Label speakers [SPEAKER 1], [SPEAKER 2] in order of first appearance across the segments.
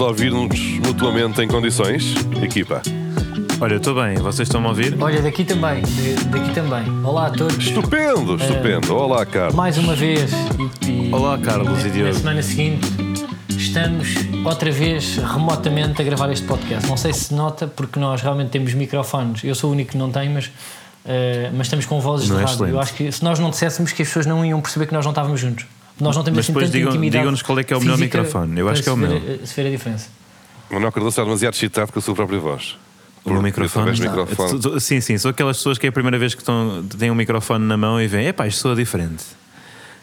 [SPEAKER 1] ouvir-nos mutuamente em condições? Equipa.
[SPEAKER 2] Olha, eu estou bem, vocês estão a ouvir?
[SPEAKER 3] Olha, daqui também, de- daqui também. Olá a todos.
[SPEAKER 1] Estupendo, estupendo. Olá, Carlos.
[SPEAKER 3] Mais uma vez. E, e
[SPEAKER 2] Olá, Carlos e
[SPEAKER 3] na
[SPEAKER 2] Diogo.
[SPEAKER 3] semana seguinte estamos outra vez remotamente a gravar este podcast. Não sei se nota, porque nós realmente temos microfones. Eu sou o único que não tem, mas, eh, mas estamos com vozes
[SPEAKER 2] Não
[SPEAKER 3] de
[SPEAKER 2] é
[SPEAKER 3] rádio.
[SPEAKER 2] excelente.
[SPEAKER 3] Eu acho que se nós não disséssemos que as pessoas não iam perceber que nós não estávamos juntos. Nós não temos
[SPEAKER 2] Mas
[SPEAKER 3] assim
[SPEAKER 2] depois
[SPEAKER 3] tanta
[SPEAKER 2] digam-
[SPEAKER 3] intimidade
[SPEAKER 2] digam-nos qual é que é o melhor
[SPEAKER 3] física
[SPEAKER 2] microfone. Eu acho
[SPEAKER 3] para
[SPEAKER 2] que é o
[SPEAKER 3] se ver- Se ver a diferença.
[SPEAKER 1] Manuel Cardoso está demasiado excitado com a sua própria voz.
[SPEAKER 2] O meu microfone.
[SPEAKER 1] Através do
[SPEAKER 2] Não.
[SPEAKER 1] microfone.
[SPEAKER 2] Tu- tu- Sim, sim, sou aquelas pessoas que é a primeira vez que estão, têm um microfone na mão e veem, epá, isto soa diferente.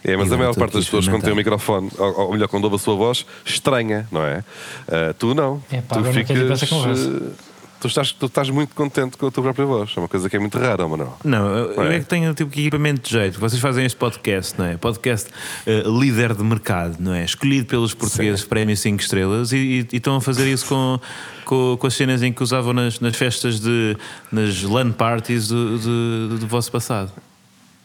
[SPEAKER 1] É, mas
[SPEAKER 2] Eu
[SPEAKER 1] a maior
[SPEAKER 2] estou
[SPEAKER 1] parte das
[SPEAKER 2] aqui
[SPEAKER 1] pessoas, quando tem o
[SPEAKER 2] experimentar.
[SPEAKER 1] microfone, ou, ou melhor, quando ouve a sua voz, estranha, não é? Ah, tu não.
[SPEAKER 3] É pá,
[SPEAKER 1] tu
[SPEAKER 3] agora não quero ir para essa conversa.
[SPEAKER 1] eh, Tu estás, tu estás muito contente com a tua própria voz. É uma coisa que é muito rara, Manuel.
[SPEAKER 2] Não, eu, eu
[SPEAKER 1] Olha.
[SPEAKER 2] é que tenho tipo que equipamento de jeito. Vocês fazem este podcast, não é? Podcast eh, líder de mercado, não é? Escolhido pelos portugueses, prémio 5 estrelas, e, e- e estão a fazer isso com, com, com as cenas em que usavam nas, nas festas de. nas LAN parties do, do, do vosso passado.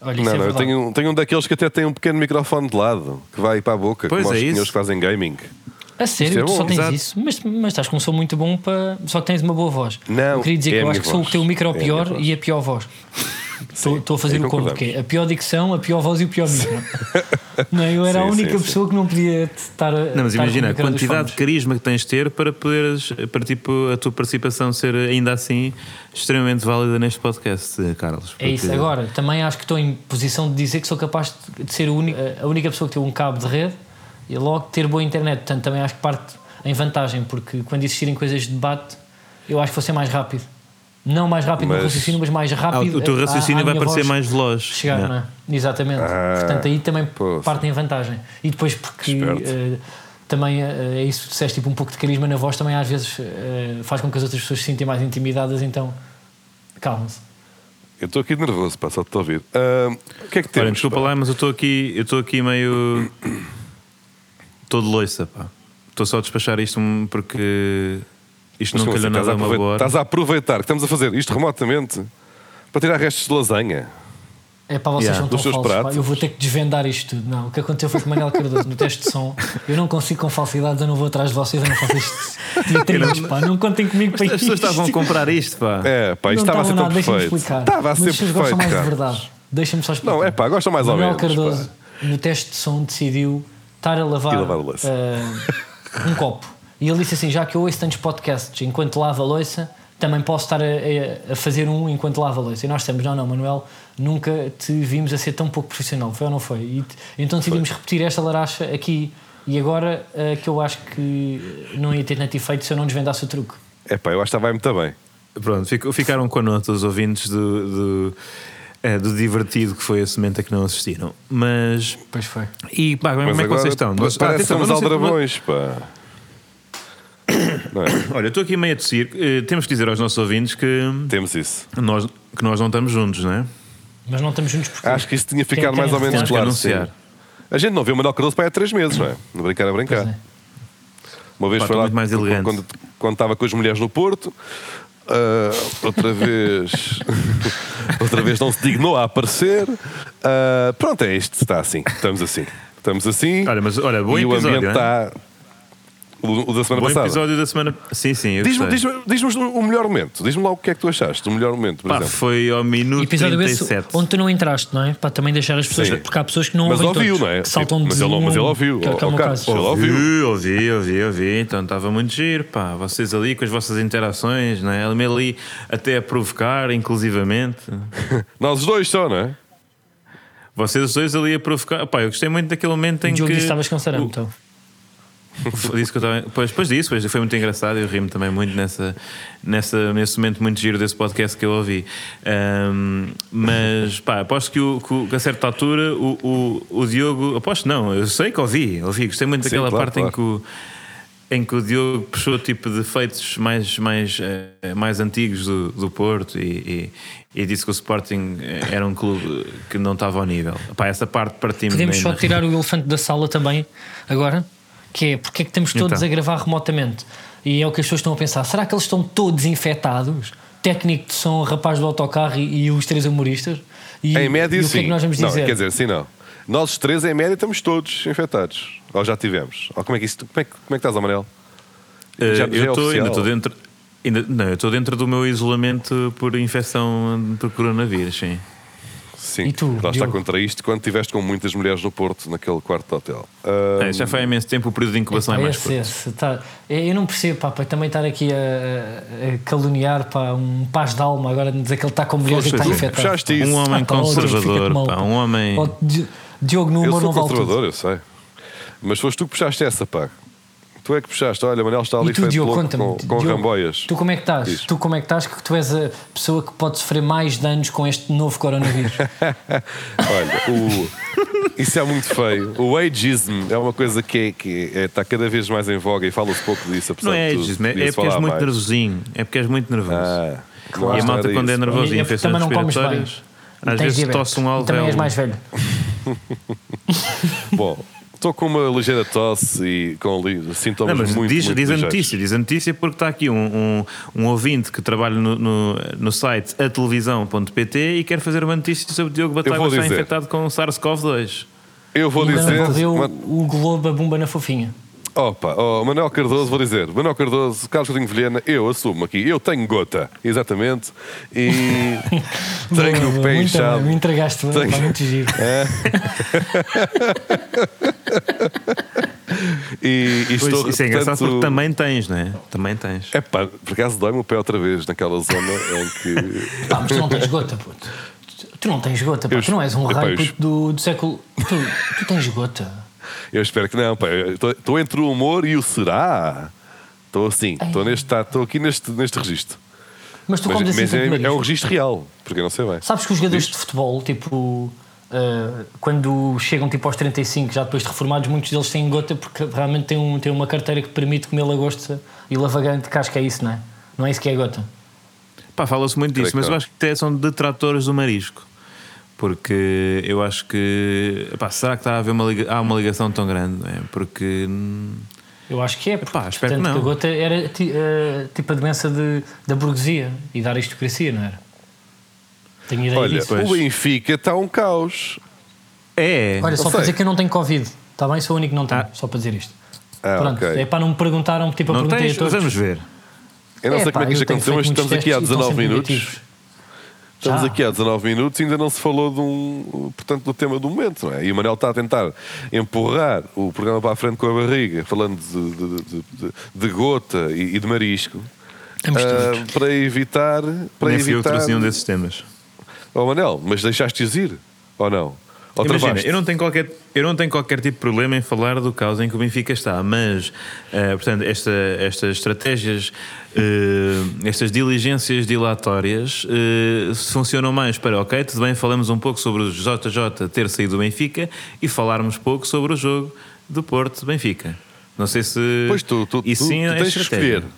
[SPEAKER 3] Olha, isso
[SPEAKER 1] Não,
[SPEAKER 3] é
[SPEAKER 1] não, eu
[SPEAKER 3] verdade.
[SPEAKER 1] tenho, um- tenho um daqueles que até tem um pequeno microfone de lado que vai para a boca,
[SPEAKER 2] Pois
[SPEAKER 1] como
[SPEAKER 2] é
[SPEAKER 1] os
[SPEAKER 2] isso.
[SPEAKER 1] senhores que fazem gaming.
[SPEAKER 3] A
[SPEAKER 1] Isso
[SPEAKER 3] sério,
[SPEAKER 1] é
[SPEAKER 3] tu só
[SPEAKER 1] bom,
[SPEAKER 3] tens
[SPEAKER 2] exato.
[SPEAKER 3] isso, mas, mas estás com um som muito bom para. Só que tens uma boa voz.
[SPEAKER 1] Não,
[SPEAKER 3] eu queria dizer
[SPEAKER 1] é
[SPEAKER 3] que
[SPEAKER 1] a
[SPEAKER 3] eu
[SPEAKER 1] minha
[SPEAKER 3] acho que sou o
[SPEAKER 1] voz.
[SPEAKER 3] teu micro
[SPEAKER 1] É a minha
[SPEAKER 3] pior
[SPEAKER 1] voz.
[SPEAKER 3] e a pior voz. Estou estou a fazer
[SPEAKER 1] aí
[SPEAKER 3] o combo,
[SPEAKER 1] concordamos.
[SPEAKER 3] que é a pior dicção, a pior voz e o pior micro. não, eu era a
[SPEAKER 1] Sim,
[SPEAKER 3] única
[SPEAKER 1] sim,
[SPEAKER 3] pessoa que não podia te estar a.
[SPEAKER 2] Não, mas
[SPEAKER 3] estar com o
[SPEAKER 2] imagina a
[SPEAKER 3] micro dos
[SPEAKER 2] quantidade de
[SPEAKER 3] fones.
[SPEAKER 2] carisma que tens de ter para poderes, para tipo, a tua participação ser ainda assim extremamente válida neste podcast, eh, Carlos.
[SPEAKER 3] É isso.
[SPEAKER 2] porque-
[SPEAKER 3] Agora, também acho que estou em posição de dizer que sou capaz de- de ser o único- a única pessoa que tem um cabo de rede e logo ter boa internet. Portanto, também acho que parte em vantagem, porque quando existirem coisas de debate, eu acho que vou ser mais rápido. Não mais rápido
[SPEAKER 1] Mas-
[SPEAKER 3] no raciocínio, mas mais
[SPEAKER 2] Ah,
[SPEAKER 3] rápido.
[SPEAKER 2] o teu
[SPEAKER 3] a- à-
[SPEAKER 2] raciocínio
[SPEAKER 3] à
[SPEAKER 2] vai
[SPEAKER 3] minha
[SPEAKER 2] parecer
[SPEAKER 3] voz
[SPEAKER 2] mais veloz.
[SPEAKER 3] Chegar, não é? Exatamente.
[SPEAKER 1] Ah,
[SPEAKER 3] Portanto, aí também
[SPEAKER 1] poça.
[SPEAKER 3] partem em vantagem. E depois, porque
[SPEAKER 1] Esperto.
[SPEAKER 3] eh, também eh, é isso, que disseste tipo um pouco de carisma na voz, também às vezes eh, faz com que as outras pessoas se sintam mais intimidadas, então calmam-se.
[SPEAKER 1] Eu estou aqui nervoso, pá, só de te ouvir. Ah, o que é que temos?
[SPEAKER 2] Olha, desculpa
[SPEAKER 1] pá?
[SPEAKER 2] lá, mas eu estou aqui, eu estou aqui meio. Estou de loiça, pá. Estou só a despachar isto um- porque isto
[SPEAKER 1] Mas
[SPEAKER 2] não
[SPEAKER 1] como
[SPEAKER 2] calhou
[SPEAKER 1] assim?
[SPEAKER 2] nada a uma
[SPEAKER 1] aproveitar,
[SPEAKER 2] boa hora.
[SPEAKER 1] estás a aproveitar que estamos a fazer isto remotamente para tirar restos de lasanha.
[SPEAKER 3] É para vocês
[SPEAKER 2] Yeah.
[SPEAKER 3] não tão
[SPEAKER 1] Dos seus
[SPEAKER 3] falsos, pá.
[SPEAKER 1] pratos.
[SPEAKER 3] Eu vou ter que desvendar isto tudo. Não, o que aconteceu foi que o Manuel Cardoso no teste de som. Eu não consigo com falsidades, eu não vou atrás de vocês, eu não faço isto. Tinha trilhos, pá. Não contem comigo para
[SPEAKER 2] As
[SPEAKER 3] isto.
[SPEAKER 2] pessoas estavam a comprar isto, pá.
[SPEAKER 1] É, pá,
[SPEAKER 3] não
[SPEAKER 1] isto estava a ser
[SPEAKER 3] estavam
[SPEAKER 1] tão
[SPEAKER 3] nada, deixa-me
[SPEAKER 1] perfeito.
[SPEAKER 3] explicar.
[SPEAKER 1] Estava a
[SPEAKER 3] Mas
[SPEAKER 1] ser
[SPEAKER 3] as pessoas gostam
[SPEAKER 1] perfeito,
[SPEAKER 3] mais de
[SPEAKER 1] Carlos.
[SPEAKER 3] verdade. Deixa-me só explicar.
[SPEAKER 1] Não, é pá, gostam mais ou
[SPEAKER 3] Manuel
[SPEAKER 1] menos,
[SPEAKER 3] Cardoso, no teste de som, decidiu estar a lavar,
[SPEAKER 1] E lavar o lance.
[SPEAKER 3] ah, um copo. E ele disse assim: já que eu ouço tantos podcasts enquanto lavo a louça, também posso estar a, a- a fazer um enquanto lavo a louça. E nós dissemos: não, não, Manuel, nunca te vimos a ser tão pouco profissional. Foi ou não foi? E, te- então decidimos repetir esta laracha aqui. E agora ah, que eu acho que não ia ter tanto efeito se eu não desvendasse o truque.
[SPEAKER 1] É pá, eu acho que estava muito bem.
[SPEAKER 2] Pronto, fico- ficaram com a nota os ouvintes do, do, eh, do divertido que foi esse momento a que não assistiram. Mas.
[SPEAKER 3] Pois foi.
[SPEAKER 2] E pá, como
[SPEAKER 1] Mas
[SPEAKER 2] é que
[SPEAKER 1] agora
[SPEAKER 2] vocês estão?
[SPEAKER 1] pa-
[SPEAKER 2] Ah,
[SPEAKER 1] Parece que
[SPEAKER 2] atenção,
[SPEAKER 1] somos
[SPEAKER 2] vamos-
[SPEAKER 1] aldrabões, pá. Não é?
[SPEAKER 2] Olha, eu estou aqui meio a tossir. Eh, Temos que dizer aos nossos ouvintes que
[SPEAKER 1] Temos isso.
[SPEAKER 2] nós, que nós não estamos juntos, não é?
[SPEAKER 3] Mas não estamos juntos porque.
[SPEAKER 1] Acho que isso tinha ficado
[SPEAKER 3] Quem-
[SPEAKER 1] mais
[SPEAKER 3] quem
[SPEAKER 1] ou menos
[SPEAKER 3] anunciar?
[SPEAKER 2] Temos que
[SPEAKER 1] claro.
[SPEAKER 2] anunciar.
[SPEAKER 1] sim. A gente não viu o Manuel Cardoso para há três meses, não é? Não brincar a brincar.
[SPEAKER 3] Pois é.
[SPEAKER 1] Uma vez
[SPEAKER 2] Pá,
[SPEAKER 1] foi
[SPEAKER 2] tô
[SPEAKER 1] lá
[SPEAKER 2] muito mais
[SPEAKER 1] quando-
[SPEAKER 2] elegante.
[SPEAKER 1] quando, quando estava com as mulheres no Porto. ah, outra vez outra vez não se dignou a aparecer Ah, pronto é isto está assim estamos assim estamos assim
[SPEAKER 2] Olha, mas olha, bom
[SPEAKER 1] e o
[SPEAKER 2] episódio,
[SPEAKER 1] ambiente
[SPEAKER 2] hein?
[SPEAKER 1] está o, o da semana
[SPEAKER 2] Bom
[SPEAKER 1] passada
[SPEAKER 2] episódio da semana. Sim, sim. eu
[SPEAKER 1] diz-me
[SPEAKER 2] gostei.
[SPEAKER 1] diz-me- diz-me o melhor momento diz-me lá o que é que tu achaste do melhor momento por
[SPEAKER 2] Pá,
[SPEAKER 1] exemplo
[SPEAKER 2] foi ao minuto
[SPEAKER 3] episódio esse
[SPEAKER 2] 37.
[SPEAKER 3] onde tu não entraste, não é? Para também deixar as pessoas,
[SPEAKER 1] Sim.
[SPEAKER 3] porque há pessoas que não
[SPEAKER 1] Mas
[SPEAKER 3] ouvem
[SPEAKER 1] ouviu,
[SPEAKER 3] todos,
[SPEAKER 1] não é?
[SPEAKER 3] que saltam
[SPEAKER 1] Mas
[SPEAKER 3] de
[SPEAKER 1] ele-
[SPEAKER 3] um,
[SPEAKER 1] mas ele ouviu,
[SPEAKER 3] que é o que é o
[SPEAKER 1] ó,
[SPEAKER 3] meu
[SPEAKER 1] Carlos,
[SPEAKER 3] caso.
[SPEAKER 1] ele
[SPEAKER 2] Ouvi,
[SPEAKER 1] ouviu.
[SPEAKER 2] Uh, ouvi, ouvi, ouvi. Então estava muito giro, pá. Vocês ali com as vossas interações, né? Ele meio ali até a provocar, inclusivamente.
[SPEAKER 1] nós os dois só não é
[SPEAKER 2] Vocês dois ali a provocar. Pá, eu gostei muito daquele momento em
[SPEAKER 3] O um Diogo
[SPEAKER 2] que.
[SPEAKER 3] disse que estavas com sarampo, então.
[SPEAKER 2] Disse que eu estava. Pois, depois disso, pois, foi muito engraçado. Eu ri-me também muito nessa, nessa, nesse momento muito giro desse podcast que eu ouvi. Ahm, mas, pá, aposto que, o, que o- que a certa altura o, o, o Diogo. Aposto não, eu sei que ouvi, ouvi. Gostei muito
[SPEAKER 1] Sim,
[SPEAKER 2] daquela
[SPEAKER 1] claro,
[SPEAKER 2] parte em
[SPEAKER 1] claro.
[SPEAKER 2] que o. Em que o Diogo puxou tipo defeitos mais, mais, eh, mais antigos do, do Porto e, e- e disse que o Sporting eh, era um clube que não estava ao nível. Pá, essa parte partimos
[SPEAKER 3] Podemos
[SPEAKER 2] na-
[SPEAKER 3] só
[SPEAKER 2] na-
[SPEAKER 3] tirar o elefante da sala também, agora, que é porque é que estamos todos
[SPEAKER 2] Então.
[SPEAKER 3] a gravar remotamente? E é o que as pessoas estão a pensar: será que eles estão todos infectados? Técnico de som, rapaz do autocarro e, e os três humoristas? E,
[SPEAKER 1] Em média,
[SPEAKER 3] e o
[SPEAKER 1] sim.
[SPEAKER 3] que é que nós vamos
[SPEAKER 1] não,
[SPEAKER 3] dizer?
[SPEAKER 1] Quer dizer, sim, não. Nós os três, em média, estamos todos infectados. Ou já tivemos. Ou como é que isso. Como é que, como é que estás, Amarelo?
[SPEAKER 2] Eh,
[SPEAKER 1] Já- já é
[SPEAKER 2] eu estou
[SPEAKER 1] oficial.
[SPEAKER 2] ainda estou dentro. ainda- não, eu estou dentro do meu isolamento por infecção por coronavírus, sim.
[SPEAKER 1] Sim,
[SPEAKER 3] E tu,
[SPEAKER 1] lá está
[SPEAKER 3] Diogo?
[SPEAKER 1] contra isto quando estiveste com muitas mulheres no Porto, naquele quarto de hotel. Ah,
[SPEAKER 2] É, já foi há imenso tempo, o período de incubação é
[SPEAKER 3] Pá,
[SPEAKER 2] mais
[SPEAKER 3] esse,
[SPEAKER 2] curto.
[SPEAKER 3] esse, tá. Eu eu não percebo, pá, para também estar aqui a, a caluniar pá, um paz de alma agora de dizer que ele está com mulheres e que está
[SPEAKER 1] Puxa,
[SPEAKER 3] infectado. Ah, tá,
[SPEAKER 1] puxaste isso.
[SPEAKER 2] Um homem
[SPEAKER 3] pá, ó, Diogo, fica-te
[SPEAKER 2] conservador,
[SPEAKER 3] mal,
[SPEAKER 2] pá,
[SPEAKER 3] pá.
[SPEAKER 2] um homem.
[SPEAKER 3] Ó, Di- Diogo, no
[SPEAKER 1] eu
[SPEAKER 3] humor não
[SPEAKER 1] sou
[SPEAKER 3] vale tudo.
[SPEAKER 1] conservador, eu sei. Mas foste tu que puxaste essa, pá. Tu é que puxaste. Olha, Manel está ali
[SPEAKER 3] E tu,
[SPEAKER 1] feito
[SPEAKER 3] Diogo,
[SPEAKER 1] louco
[SPEAKER 3] conta-me.
[SPEAKER 1] com, com
[SPEAKER 3] Diogo,
[SPEAKER 1] ramboias.
[SPEAKER 3] Tu como é que estás?
[SPEAKER 1] Diz.
[SPEAKER 3] Tu como é que estás? Que tu és a pessoa que pode sofrer mais danos com este novo coronavírus.
[SPEAKER 1] Olha, o- isso é muito feio. O ageism é uma coisa que, é- que é- está cada vez mais em voga e fala-se pouco disso. apesar
[SPEAKER 2] Não é
[SPEAKER 1] de tudo.
[SPEAKER 2] ageismo, é,
[SPEAKER 1] Podia-se
[SPEAKER 2] é porque és
[SPEAKER 1] falar
[SPEAKER 2] muito
[SPEAKER 1] mais.
[SPEAKER 2] nervosinho. É porque és muito nervoso.
[SPEAKER 1] Ah, não
[SPEAKER 2] e
[SPEAKER 1] acho
[SPEAKER 2] a malta
[SPEAKER 1] nada
[SPEAKER 2] quando é
[SPEAKER 1] disso.
[SPEAKER 2] nervosa e
[SPEAKER 3] é porque
[SPEAKER 2] infecções
[SPEAKER 3] também não comes bem.
[SPEAKER 2] respiratórias,
[SPEAKER 3] E
[SPEAKER 2] às
[SPEAKER 3] tens
[SPEAKER 2] vezes
[SPEAKER 3] diabetes.
[SPEAKER 2] tosse um alvo.
[SPEAKER 3] Também
[SPEAKER 2] é
[SPEAKER 3] és
[SPEAKER 2] um-
[SPEAKER 3] mais velho.
[SPEAKER 1] Bom, estou com uma ligeira tosse e com li- sintomas
[SPEAKER 2] Não, mas
[SPEAKER 1] muito,
[SPEAKER 2] diz,
[SPEAKER 1] muito
[SPEAKER 2] diz a
[SPEAKER 1] ligeiros.
[SPEAKER 2] notícia, diz a notícia porque está aqui um, um, um ouvinte que trabalha no, no, no site atelevisão.pt e quer fazer uma notícia sobre Diogo Bataglia
[SPEAKER 1] vou
[SPEAKER 2] está
[SPEAKER 1] dizer.
[SPEAKER 2] infectado com SARS-CoV-2.
[SPEAKER 1] Eu vou
[SPEAKER 3] Ainda
[SPEAKER 1] dizer...
[SPEAKER 3] não mordeu
[SPEAKER 1] Ma-
[SPEAKER 3] o globo a bomba na fofinha.
[SPEAKER 1] Opa, oh, Manuel Cardoso, vou dizer. Manuel Cardoso, Carlos Coutinho Vilhena, eu assumo aqui. Eu tenho gota, exatamente. E tenho
[SPEAKER 3] Boa,
[SPEAKER 1] o pé
[SPEAKER 3] muito
[SPEAKER 1] inchado.
[SPEAKER 3] bem, Me entregaste bem,
[SPEAKER 1] Tenho-
[SPEAKER 3] pá, muito giro.
[SPEAKER 1] E, e
[SPEAKER 2] Pois,
[SPEAKER 1] estou,
[SPEAKER 2] isso é engraçado
[SPEAKER 1] portanto,
[SPEAKER 2] porque também tens, não é? Também tens.
[SPEAKER 1] Epá, por acaso dói-me o pé outra vez naquela zona em que.
[SPEAKER 3] Pá, mas tu não tens gota, puto. Tu- Tu não tens gota, pá.
[SPEAKER 1] Eu-
[SPEAKER 3] tu não és um
[SPEAKER 1] Epá,
[SPEAKER 3] rei
[SPEAKER 1] eu-
[SPEAKER 3] puto, do, do século. Tu, tu tens gota.
[SPEAKER 1] Eu espero que não, pá. eu estou- Estou entre o humor e o será. Estou assim, estou neste- tá- estou aqui neste, neste registro.
[SPEAKER 3] Mas tu
[SPEAKER 1] Mas,
[SPEAKER 3] comes assim
[SPEAKER 1] mas
[SPEAKER 3] tanto
[SPEAKER 1] é, é
[SPEAKER 3] marisco.
[SPEAKER 1] um registro real, porque eu não sei bem.
[SPEAKER 3] Sabes que os jogadores de futebol, tipo, ah, quando chegam tipo aos 35, já depois de reformados, muitos deles têm gota porque realmente têm, um, têm uma carteira que permite comer lagosta e lavagante, que acho que é isso, não é? Não é isso que é gota.
[SPEAKER 2] Pá, fala-se muito disso,
[SPEAKER 1] Creio que
[SPEAKER 2] mas eu
[SPEAKER 1] não.
[SPEAKER 2] acho que até são detratores do marisco. Porque eu acho que. Pá, será que está a haver uma, liga- há uma ligação tão grande? Não é? Porque. hum,
[SPEAKER 3] Eu acho que é, porque,
[SPEAKER 2] Epá, espero que
[SPEAKER 3] portanto,
[SPEAKER 2] não.
[SPEAKER 3] a gota era ti- ah, tipo a doença de, da burguesia e da aristocracia, não era? Tenho ideia
[SPEAKER 1] Olha,
[SPEAKER 3] disso.
[SPEAKER 1] o Benfica está um caos.
[SPEAKER 2] É.
[SPEAKER 3] Olha, só
[SPEAKER 1] Não
[SPEAKER 3] para
[SPEAKER 1] sei.
[SPEAKER 3] dizer que eu não tenho Covid, está bem? Sou o único que não tenho,
[SPEAKER 2] Ah.
[SPEAKER 3] só para dizer isto.
[SPEAKER 1] Ah,
[SPEAKER 3] Pronto,
[SPEAKER 1] ok.
[SPEAKER 3] é para não me perguntaram, tipo, eu
[SPEAKER 2] não
[SPEAKER 3] perguntei
[SPEAKER 2] tens?
[SPEAKER 3] a todos.
[SPEAKER 2] Vamos ver.
[SPEAKER 1] Eu não
[SPEAKER 3] É,
[SPEAKER 1] sei
[SPEAKER 3] pá,
[SPEAKER 1] como é que isto
[SPEAKER 3] eu tenho
[SPEAKER 1] aconteceu, mas
[SPEAKER 3] feito
[SPEAKER 1] estamos
[SPEAKER 3] muitos
[SPEAKER 1] aqui há
[SPEAKER 3] testes e estão
[SPEAKER 1] 19
[SPEAKER 3] sempre
[SPEAKER 1] minutos.
[SPEAKER 3] negativos.
[SPEAKER 1] Estamos
[SPEAKER 3] Já.
[SPEAKER 1] aqui há 19 minutos e ainda não se falou de um, portanto, do tema do momento, não é? E o Manel está a tentar empurrar o programa para a frente com a barriga, falando de, de- de- de- de gota e, e de marisco,
[SPEAKER 3] Temos
[SPEAKER 1] ah,
[SPEAKER 3] tudo.
[SPEAKER 1] para evitar. Para
[SPEAKER 2] Nem fui eu que
[SPEAKER 1] evitar...
[SPEAKER 2] trouxe nenhum desses temas.
[SPEAKER 1] Oh Manel, mas deixaste-os ir? Ou não? Ou
[SPEAKER 2] Imagina,
[SPEAKER 1] travaste?
[SPEAKER 2] eu não, tenho qualquer, eu não tenho qualquer tipo de problema em falar do caos em que o Benfica está, mas, eh, portanto, esta, estas estratégias, eh, estas diligências dilatórias eh, funcionam mais para, ok, tudo bem, falamos um pouco sobre o JJ ter saído do Benfica e falarmos pouco sobre o jogo do Porto-Benfica. Não sei se...
[SPEAKER 1] Pois tu, tu,
[SPEAKER 2] isso
[SPEAKER 1] tu-
[SPEAKER 2] sim
[SPEAKER 1] tu
[SPEAKER 2] é
[SPEAKER 1] tens que
[SPEAKER 2] estratégia.
[SPEAKER 1] escolher.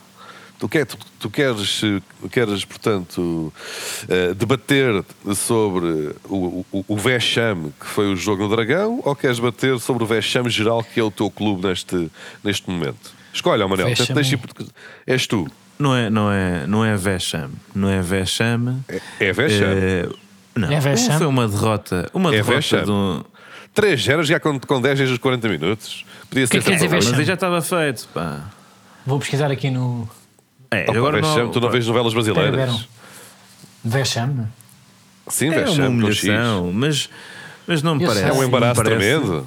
[SPEAKER 1] Tu, quer, tu, tu queres, eh, queres, portanto, eh, debater sobre o, o, o vexame que foi o jogo no Dragão ou queres bater sobre o vexame geral que é o teu clube neste, neste momento? Escolha, Manel.
[SPEAKER 3] Vexame.
[SPEAKER 1] Tens- tens- porque És tu.
[SPEAKER 2] Não é, não é, não é vexame. Não é vexame.
[SPEAKER 1] É- é vexame.
[SPEAKER 2] Eh, não,
[SPEAKER 3] É vexame.
[SPEAKER 2] foi uma derrota. Uma
[SPEAKER 1] É
[SPEAKER 2] derrota
[SPEAKER 1] vexame.
[SPEAKER 2] de um...
[SPEAKER 1] 3 0 já com, com 10 desde os 40 minutos. Podia ser Ah,
[SPEAKER 3] que quer dizer
[SPEAKER 1] essa
[SPEAKER 2] É, Mas
[SPEAKER 1] palavra.
[SPEAKER 2] aí já estava feito, pá.
[SPEAKER 3] Vou pesquisar aqui no
[SPEAKER 2] É,
[SPEAKER 1] Opa,
[SPEAKER 2] agora
[SPEAKER 1] vexame,
[SPEAKER 2] não,
[SPEAKER 1] tu não vês novelas
[SPEAKER 3] Pera,
[SPEAKER 1] brasileiras?
[SPEAKER 3] Verão. Vexame.
[SPEAKER 1] Sim,
[SPEAKER 2] é
[SPEAKER 1] vexame.
[SPEAKER 2] uma
[SPEAKER 1] com X.
[SPEAKER 2] humilhação, mas, mas não me
[SPEAKER 3] Eu
[SPEAKER 2] parece.
[SPEAKER 3] sei.
[SPEAKER 1] É um
[SPEAKER 2] não
[SPEAKER 1] embaraço
[SPEAKER 2] me parece.
[SPEAKER 1] tremendo.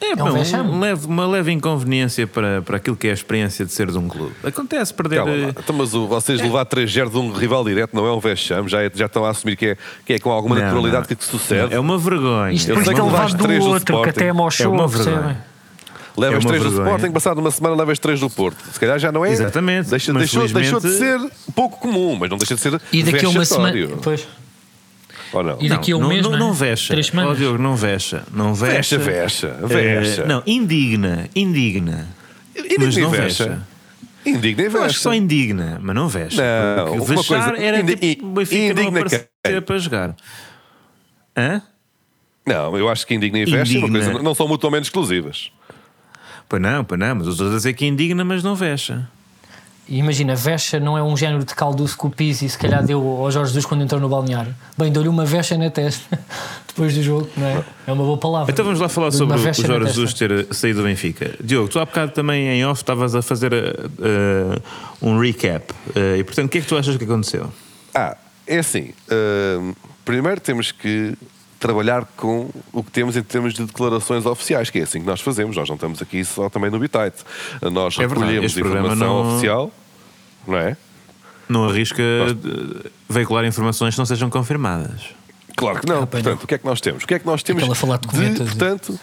[SPEAKER 2] É,
[SPEAKER 3] É um
[SPEAKER 2] pá, um
[SPEAKER 3] vexame.
[SPEAKER 2] leve- uma leve inconveniência para, para aquilo que é a experiência de ser de um clube. Acontece perder.
[SPEAKER 1] Calma lá. Então, mas o- vocês levar 3-0 de um rival direto não é um vexame, já, é- já estão a assumir que é, que é com alguma
[SPEAKER 2] Não,
[SPEAKER 1] naturalidade
[SPEAKER 2] não.
[SPEAKER 1] que, que sucede.
[SPEAKER 2] É uma vergonha.
[SPEAKER 3] Isto
[SPEAKER 1] Eu
[SPEAKER 3] depois
[SPEAKER 1] sei
[SPEAKER 3] de
[SPEAKER 1] que
[SPEAKER 3] ele
[SPEAKER 1] levaste
[SPEAKER 3] levado do
[SPEAKER 1] três do
[SPEAKER 3] outro, que
[SPEAKER 1] Sporting.
[SPEAKER 3] até é mó
[SPEAKER 2] É
[SPEAKER 3] show,
[SPEAKER 2] uma
[SPEAKER 3] percebem?
[SPEAKER 2] vergonha. é
[SPEAKER 1] Levas
[SPEAKER 2] uma
[SPEAKER 1] 3 do
[SPEAKER 2] vergonha.
[SPEAKER 1] Sporting, passado uma semana levas 3 do Porto. Se calhar já não é.
[SPEAKER 2] Exatamente,
[SPEAKER 1] Deixa-
[SPEAKER 2] mas
[SPEAKER 1] deixou, deixou de ser
[SPEAKER 2] felizmente-
[SPEAKER 1] pouco comum, mas não deixa de ser
[SPEAKER 3] E daqui a uma semana.
[SPEAKER 1] vexatório.
[SPEAKER 3] Pois.
[SPEAKER 1] Ou não?
[SPEAKER 3] E daqui a um
[SPEAKER 2] não,
[SPEAKER 3] mês,
[SPEAKER 2] não,
[SPEAKER 3] não é?
[SPEAKER 2] não vexa.
[SPEAKER 3] Três semanas.
[SPEAKER 2] Ó, Diogo, não vexa. Não vexa.
[SPEAKER 1] Vexa, vexa,
[SPEAKER 2] Eh,
[SPEAKER 1] vexa.
[SPEAKER 2] não, indigna. Indigna.
[SPEAKER 1] Indigna
[SPEAKER 2] mas
[SPEAKER 1] e
[SPEAKER 2] não
[SPEAKER 1] vexa.
[SPEAKER 2] vexa.
[SPEAKER 1] Indigna e
[SPEAKER 2] Eu acho que só
[SPEAKER 1] vexa.
[SPEAKER 2] indigna, mas não vexa.
[SPEAKER 1] Não,
[SPEAKER 2] Porque
[SPEAKER 1] alguma
[SPEAKER 2] vexar
[SPEAKER 1] coisa-
[SPEAKER 2] era
[SPEAKER 1] indi-
[SPEAKER 2] tipo o Benfica
[SPEAKER 1] indigna
[SPEAKER 2] não aparecer
[SPEAKER 1] quem?
[SPEAKER 2] para jogar. Hã?
[SPEAKER 1] Não, eu acho que indigna e vexa é uma
[SPEAKER 2] Indigna.
[SPEAKER 1] coisa- não são mutuamente exclusivas.
[SPEAKER 2] Pois não, pois não, mas os outros a dizer que indigna, mas não vexa.
[SPEAKER 3] E Imagina, vexa não é um género de calduço que o Pizzi se calhar deu ao Jorge Jesus quando entrou no balneário. Bem, deu-lhe uma vexa na testa. depois do jogo, não é? É uma boa palavra.
[SPEAKER 2] Então vamos lá falar
[SPEAKER 3] Uma
[SPEAKER 2] sobre o
[SPEAKER 3] festa
[SPEAKER 2] Jorge
[SPEAKER 3] na
[SPEAKER 2] Jesus ter saído do Benfica. Diogo, tu há bocado também em off estavas a fazer eh, um recap. Eh, e portanto, o que é que tu achas que aconteceu?
[SPEAKER 1] Ah, é assim. hum, primeiro temos que trabalhar com o que temos em termos de declarações oficiais, que é assim que nós fazemos. Nós não estamos aqui só também no Bitite. Nós
[SPEAKER 2] É verdade,
[SPEAKER 1] recolhemos
[SPEAKER 2] este programa
[SPEAKER 1] informação
[SPEAKER 2] não-
[SPEAKER 1] oficial, não é?
[SPEAKER 2] Não arrisca eh, veicular informações que não sejam confirmadas.
[SPEAKER 1] Claro que não.
[SPEAKER 3] Ah, bem,
[SPEAKER 1] portanto, o que é que nós temos? O que é que nós temos
[SPEAKER 3] Aquela falar de
[SPEAKER 1] de,
[SPEAKER 3] cometas,
[SPEAKER 1] portanto,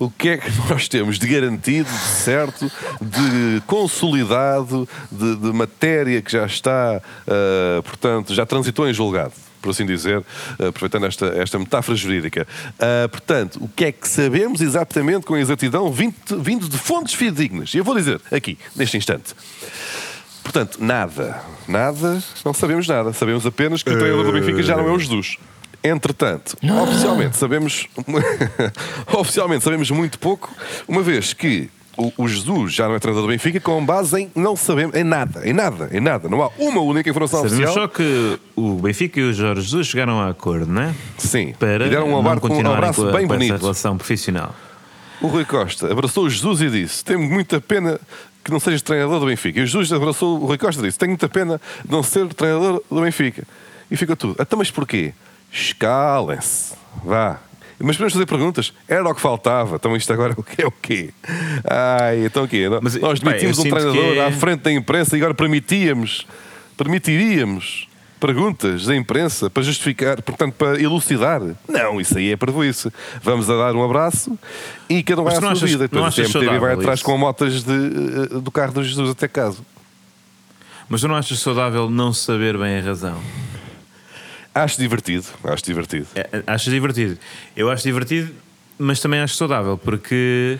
[SPEAKER 1] o que é que nós temos de garantido, de certo, de consolidado, de, de matéria que já está, ah, portanto, já transitou em julgado, por assim dizer, ah, aproveitando esta, esta metáfora jurídica. Ah, portanto, o que é que sabemos exatamente com exatidão vindo, vindo de fontes fidedignas? E eu vou dizer aqui, neste instante. Portanto, nada. Nada, não sabemos nada. Sabemos apenas que o treinador do Benfica já não é o Jesus. Entretanto, oficialmente sabemos oficialmente sabemos muito pouco, uma vez que o, o Jesus já não é treinador do Benfica com base em não sabemos em nada, em nada, em nada. Não há uma única informação
[SPEAKER 2] Sabemos só
[SPEAKER 1] oficial.
[SPEAKER 2] que o Benfica e o Jorge Jesus chegaram a acordo, não é?
[SPEAKER 1] Sim.
[SPEAKER 2] Para
[SPEAKER 1] E deram um
[SPEAKER 2] não
[SPEAKER 1] abraço- um
[SPEAKER 2] continuarem
[SPEAKER 1] abraço
[SPEAKER 2] com a-
[SPEAKER 1] bem
[SPEAKER 2] com essa
[SPEAKER 1] bonito.
[SPEAKER 2] relação profissional.
[SPEAKER 1] O Rui Costa abraçou o Jesus e disse: Tenho muita pena que não sejas treinador do Benfica. E o Jesus abraçou o Rui Costa e disse: Tenho muita pena de não ser treinador do Benfica. E ficou tudo. Então, mas porquê? Escalem-se. Vá. Mas podemos fazer perguntas. Era o que faltava. Então, isto agora é o quê? É o quê? Ai, então o quê?
[SPEAKER 2] Mas,
[SPEAKER 1] Nós
[SPEAKER 2] bem,
[SPEAKER 1] demitimos
[SPEAKER 2] eu
[SPEAKER 1] um
[SPEAKER 2] sinto
[SPEAKER 1] treinador
[SPEAKER 2] que é-
[SPEAKER 1] à frente da imprensa e agora permitíamos, permitiríamos perguntas da imprensa para justificar, portanto, para elucidar. Não, isso aí é prejuízo. Vamos a dar um abraço e cada um
[SPEAKER 2] Mas
[SPEAKER 1] vai à
[SPEAKER 2] tu não
[SPEAKER 1] sua
[SPEAKER 2] achas-
[SPEAKER 1] vida. Depois
[SPEAKER 2] não
[SPEAKER 1] o
[SPEAKER 2] achas
[SPEAKER 1] CMTV vai
[SPEAKER 2] saudável
[SPEAKER 1] atrás
[SPEAKER 2] isso?
[SPEAKER 1] com motas de, eh, do carro do Jesus até casa.
[SPEAKER 2] Mas tu não achas saudável não saber bem a razão?
[SPEAKER 1] Acho divertido, acho divertido.
[SPEAKER 2] É, Achas divertido? Eu acho divertido, mas também acho saudável, porque.